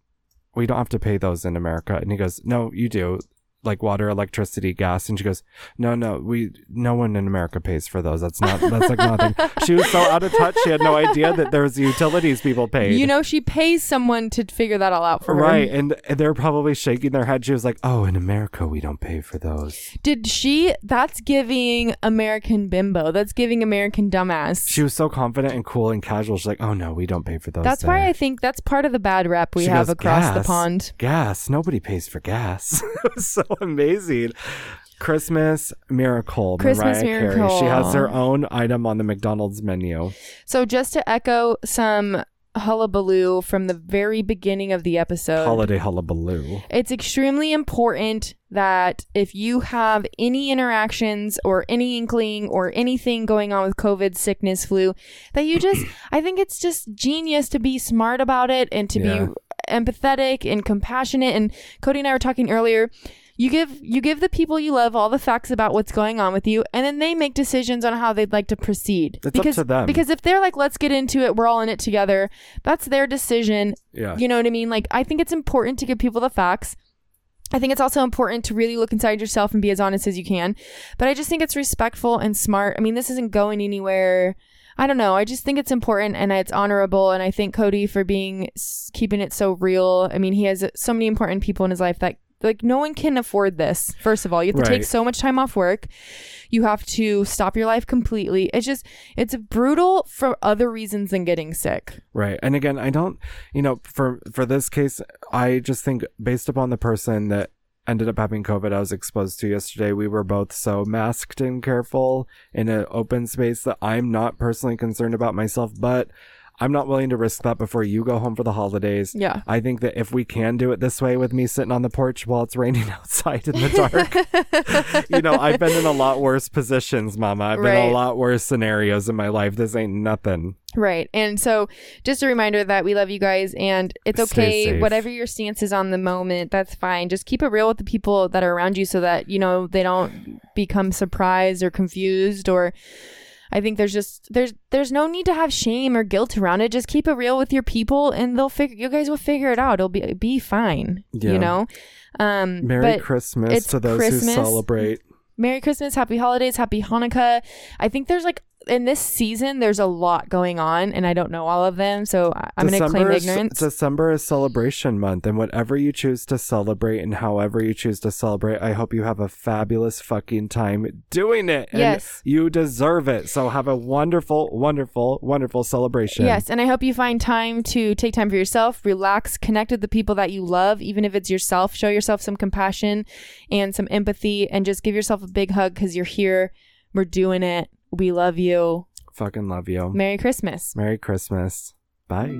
B: we don't have to pay those in America. And he goes, no, you do. like water, electricity, gas, and she goes, "No, no, we no one in America pays for those. That's not that's
A: <laughs>
B: like nothing." She was so out of touch. She had no idea that there was utilities people paid.
A: You know, she pays someone to figure that all out for her.
B: right, and they're probably shaking their head. She was like, "Oh, in America, we don't pay for those."
A: Did she? That's giving American bimbo. That's giving American dumbass.
B: She was so confident and cool and casual. She's like, "Oh no, we don't pay for those."
A: that's why
B: there."
A: I think that's part of the bad rep we
B: She
A: have
B: goes,
A: across the
B: "Gas?
A: pond.
B: Gas. Nobody pays for gas. <laughs> it was so amazing. Christmas miracle.
A: Christmas
B: Mariah Carey. She
A: Miracle.
B: has her own item on the McDonald's menu.
A: So just to echo some hullabaloo from the very beginning of the episode.
B: Holiday hullabaloo.
A: It's extremely important that if you have any interactions or any inkling or anything going on with COVID, sickness, flu, that you just,
B: <clears throat>
A: I think it's just genius to be smart about it and to
B: Yeah.
A: be empathetic and compassionate. And Cody and I were talking earlier. You give you give the people you love all the facts about what's going on with you, and then they make decisions on how they'd like to proceed.
B: It's up
A: because
B: to them.
A: because if they're like, let's get into it, we're all in it together. That's their decision.
B: Yeah.
A: You know what I mean? Like, I think it's important to give people the facts. I think it's also important to really look inside yourself and be as honest as you can. But I just think it's respectful and smart. I mean, this isn't going anywhere. I don't know. I just think it's important and it's honorable. And I thank Cody for being s- keeping it so real. I mean, he has so many important people in his life that like no one can afford this. First of all, you have to
B: Right.
A: take so much time off work. You have to stop your life completely. It's just it's brutal for other reasons than getting sick.
B: Right. And again, I don't, you know, for for this case, I just think based upon the person that ended up having COVID I was exposed to yesterday, we were both so masked and careful in an open space that I'm not personally concerned about myself, but I'm not willing to risk that before you go home for the holidays.
A: Yeah.
B: I think that if we can do it this way with me sitting on the porch while it's raining <laughs> outside in the dark,
A: <laughs>
B: you know, I've been in a lot worse positions, mama. I've been in
A: Right.
B: a lot worse scenarios in my life. This ain't nothing.
A: Right. And so just a reminder that we love you guys and it's
B: Stay
A: okay.
B: safe.
A: Whatever your stance is on the moment, that's fine. Just keep it real with the people that are around you so that, you know, they don't become surprised or confused or I think there's just there's there's no need to have shame or guilt around it. Just keep it real with your people and they'll figure you guys will figure it out. It'll be be fine.
B: Yeah.
A: You know? Um
B: Merry
A: but-
B: Christmas
A: it's
B: to those who
A: Christmas.
B: celebrate.
A: Merry Christmas, Happy Holidays, Happy Hanukkah. I think there's like in this season, there's a lot going on, and I don't know all of them, so I- I'm going to claim
B: is,
A: ignorance.
B: December is celebration month, and whatever you choose to celebrate and however you choose to celebrate, I hope you have a fabulous fucking time doing it. And
A: Yes.
B: You deserve it. So have a wonderful, wonderful, wonderful celebration.
A: Yes, and I hope you find time to take time for yourself, relax, connect with the people that you love, even if it's yourself. Show yourself some compassion and some empathy, and just give yourself a big hug because you're here. We're doing it. We love you.
B: Fucking love you.
A: Merry Christmas.
B: Merry Christmas. Bye.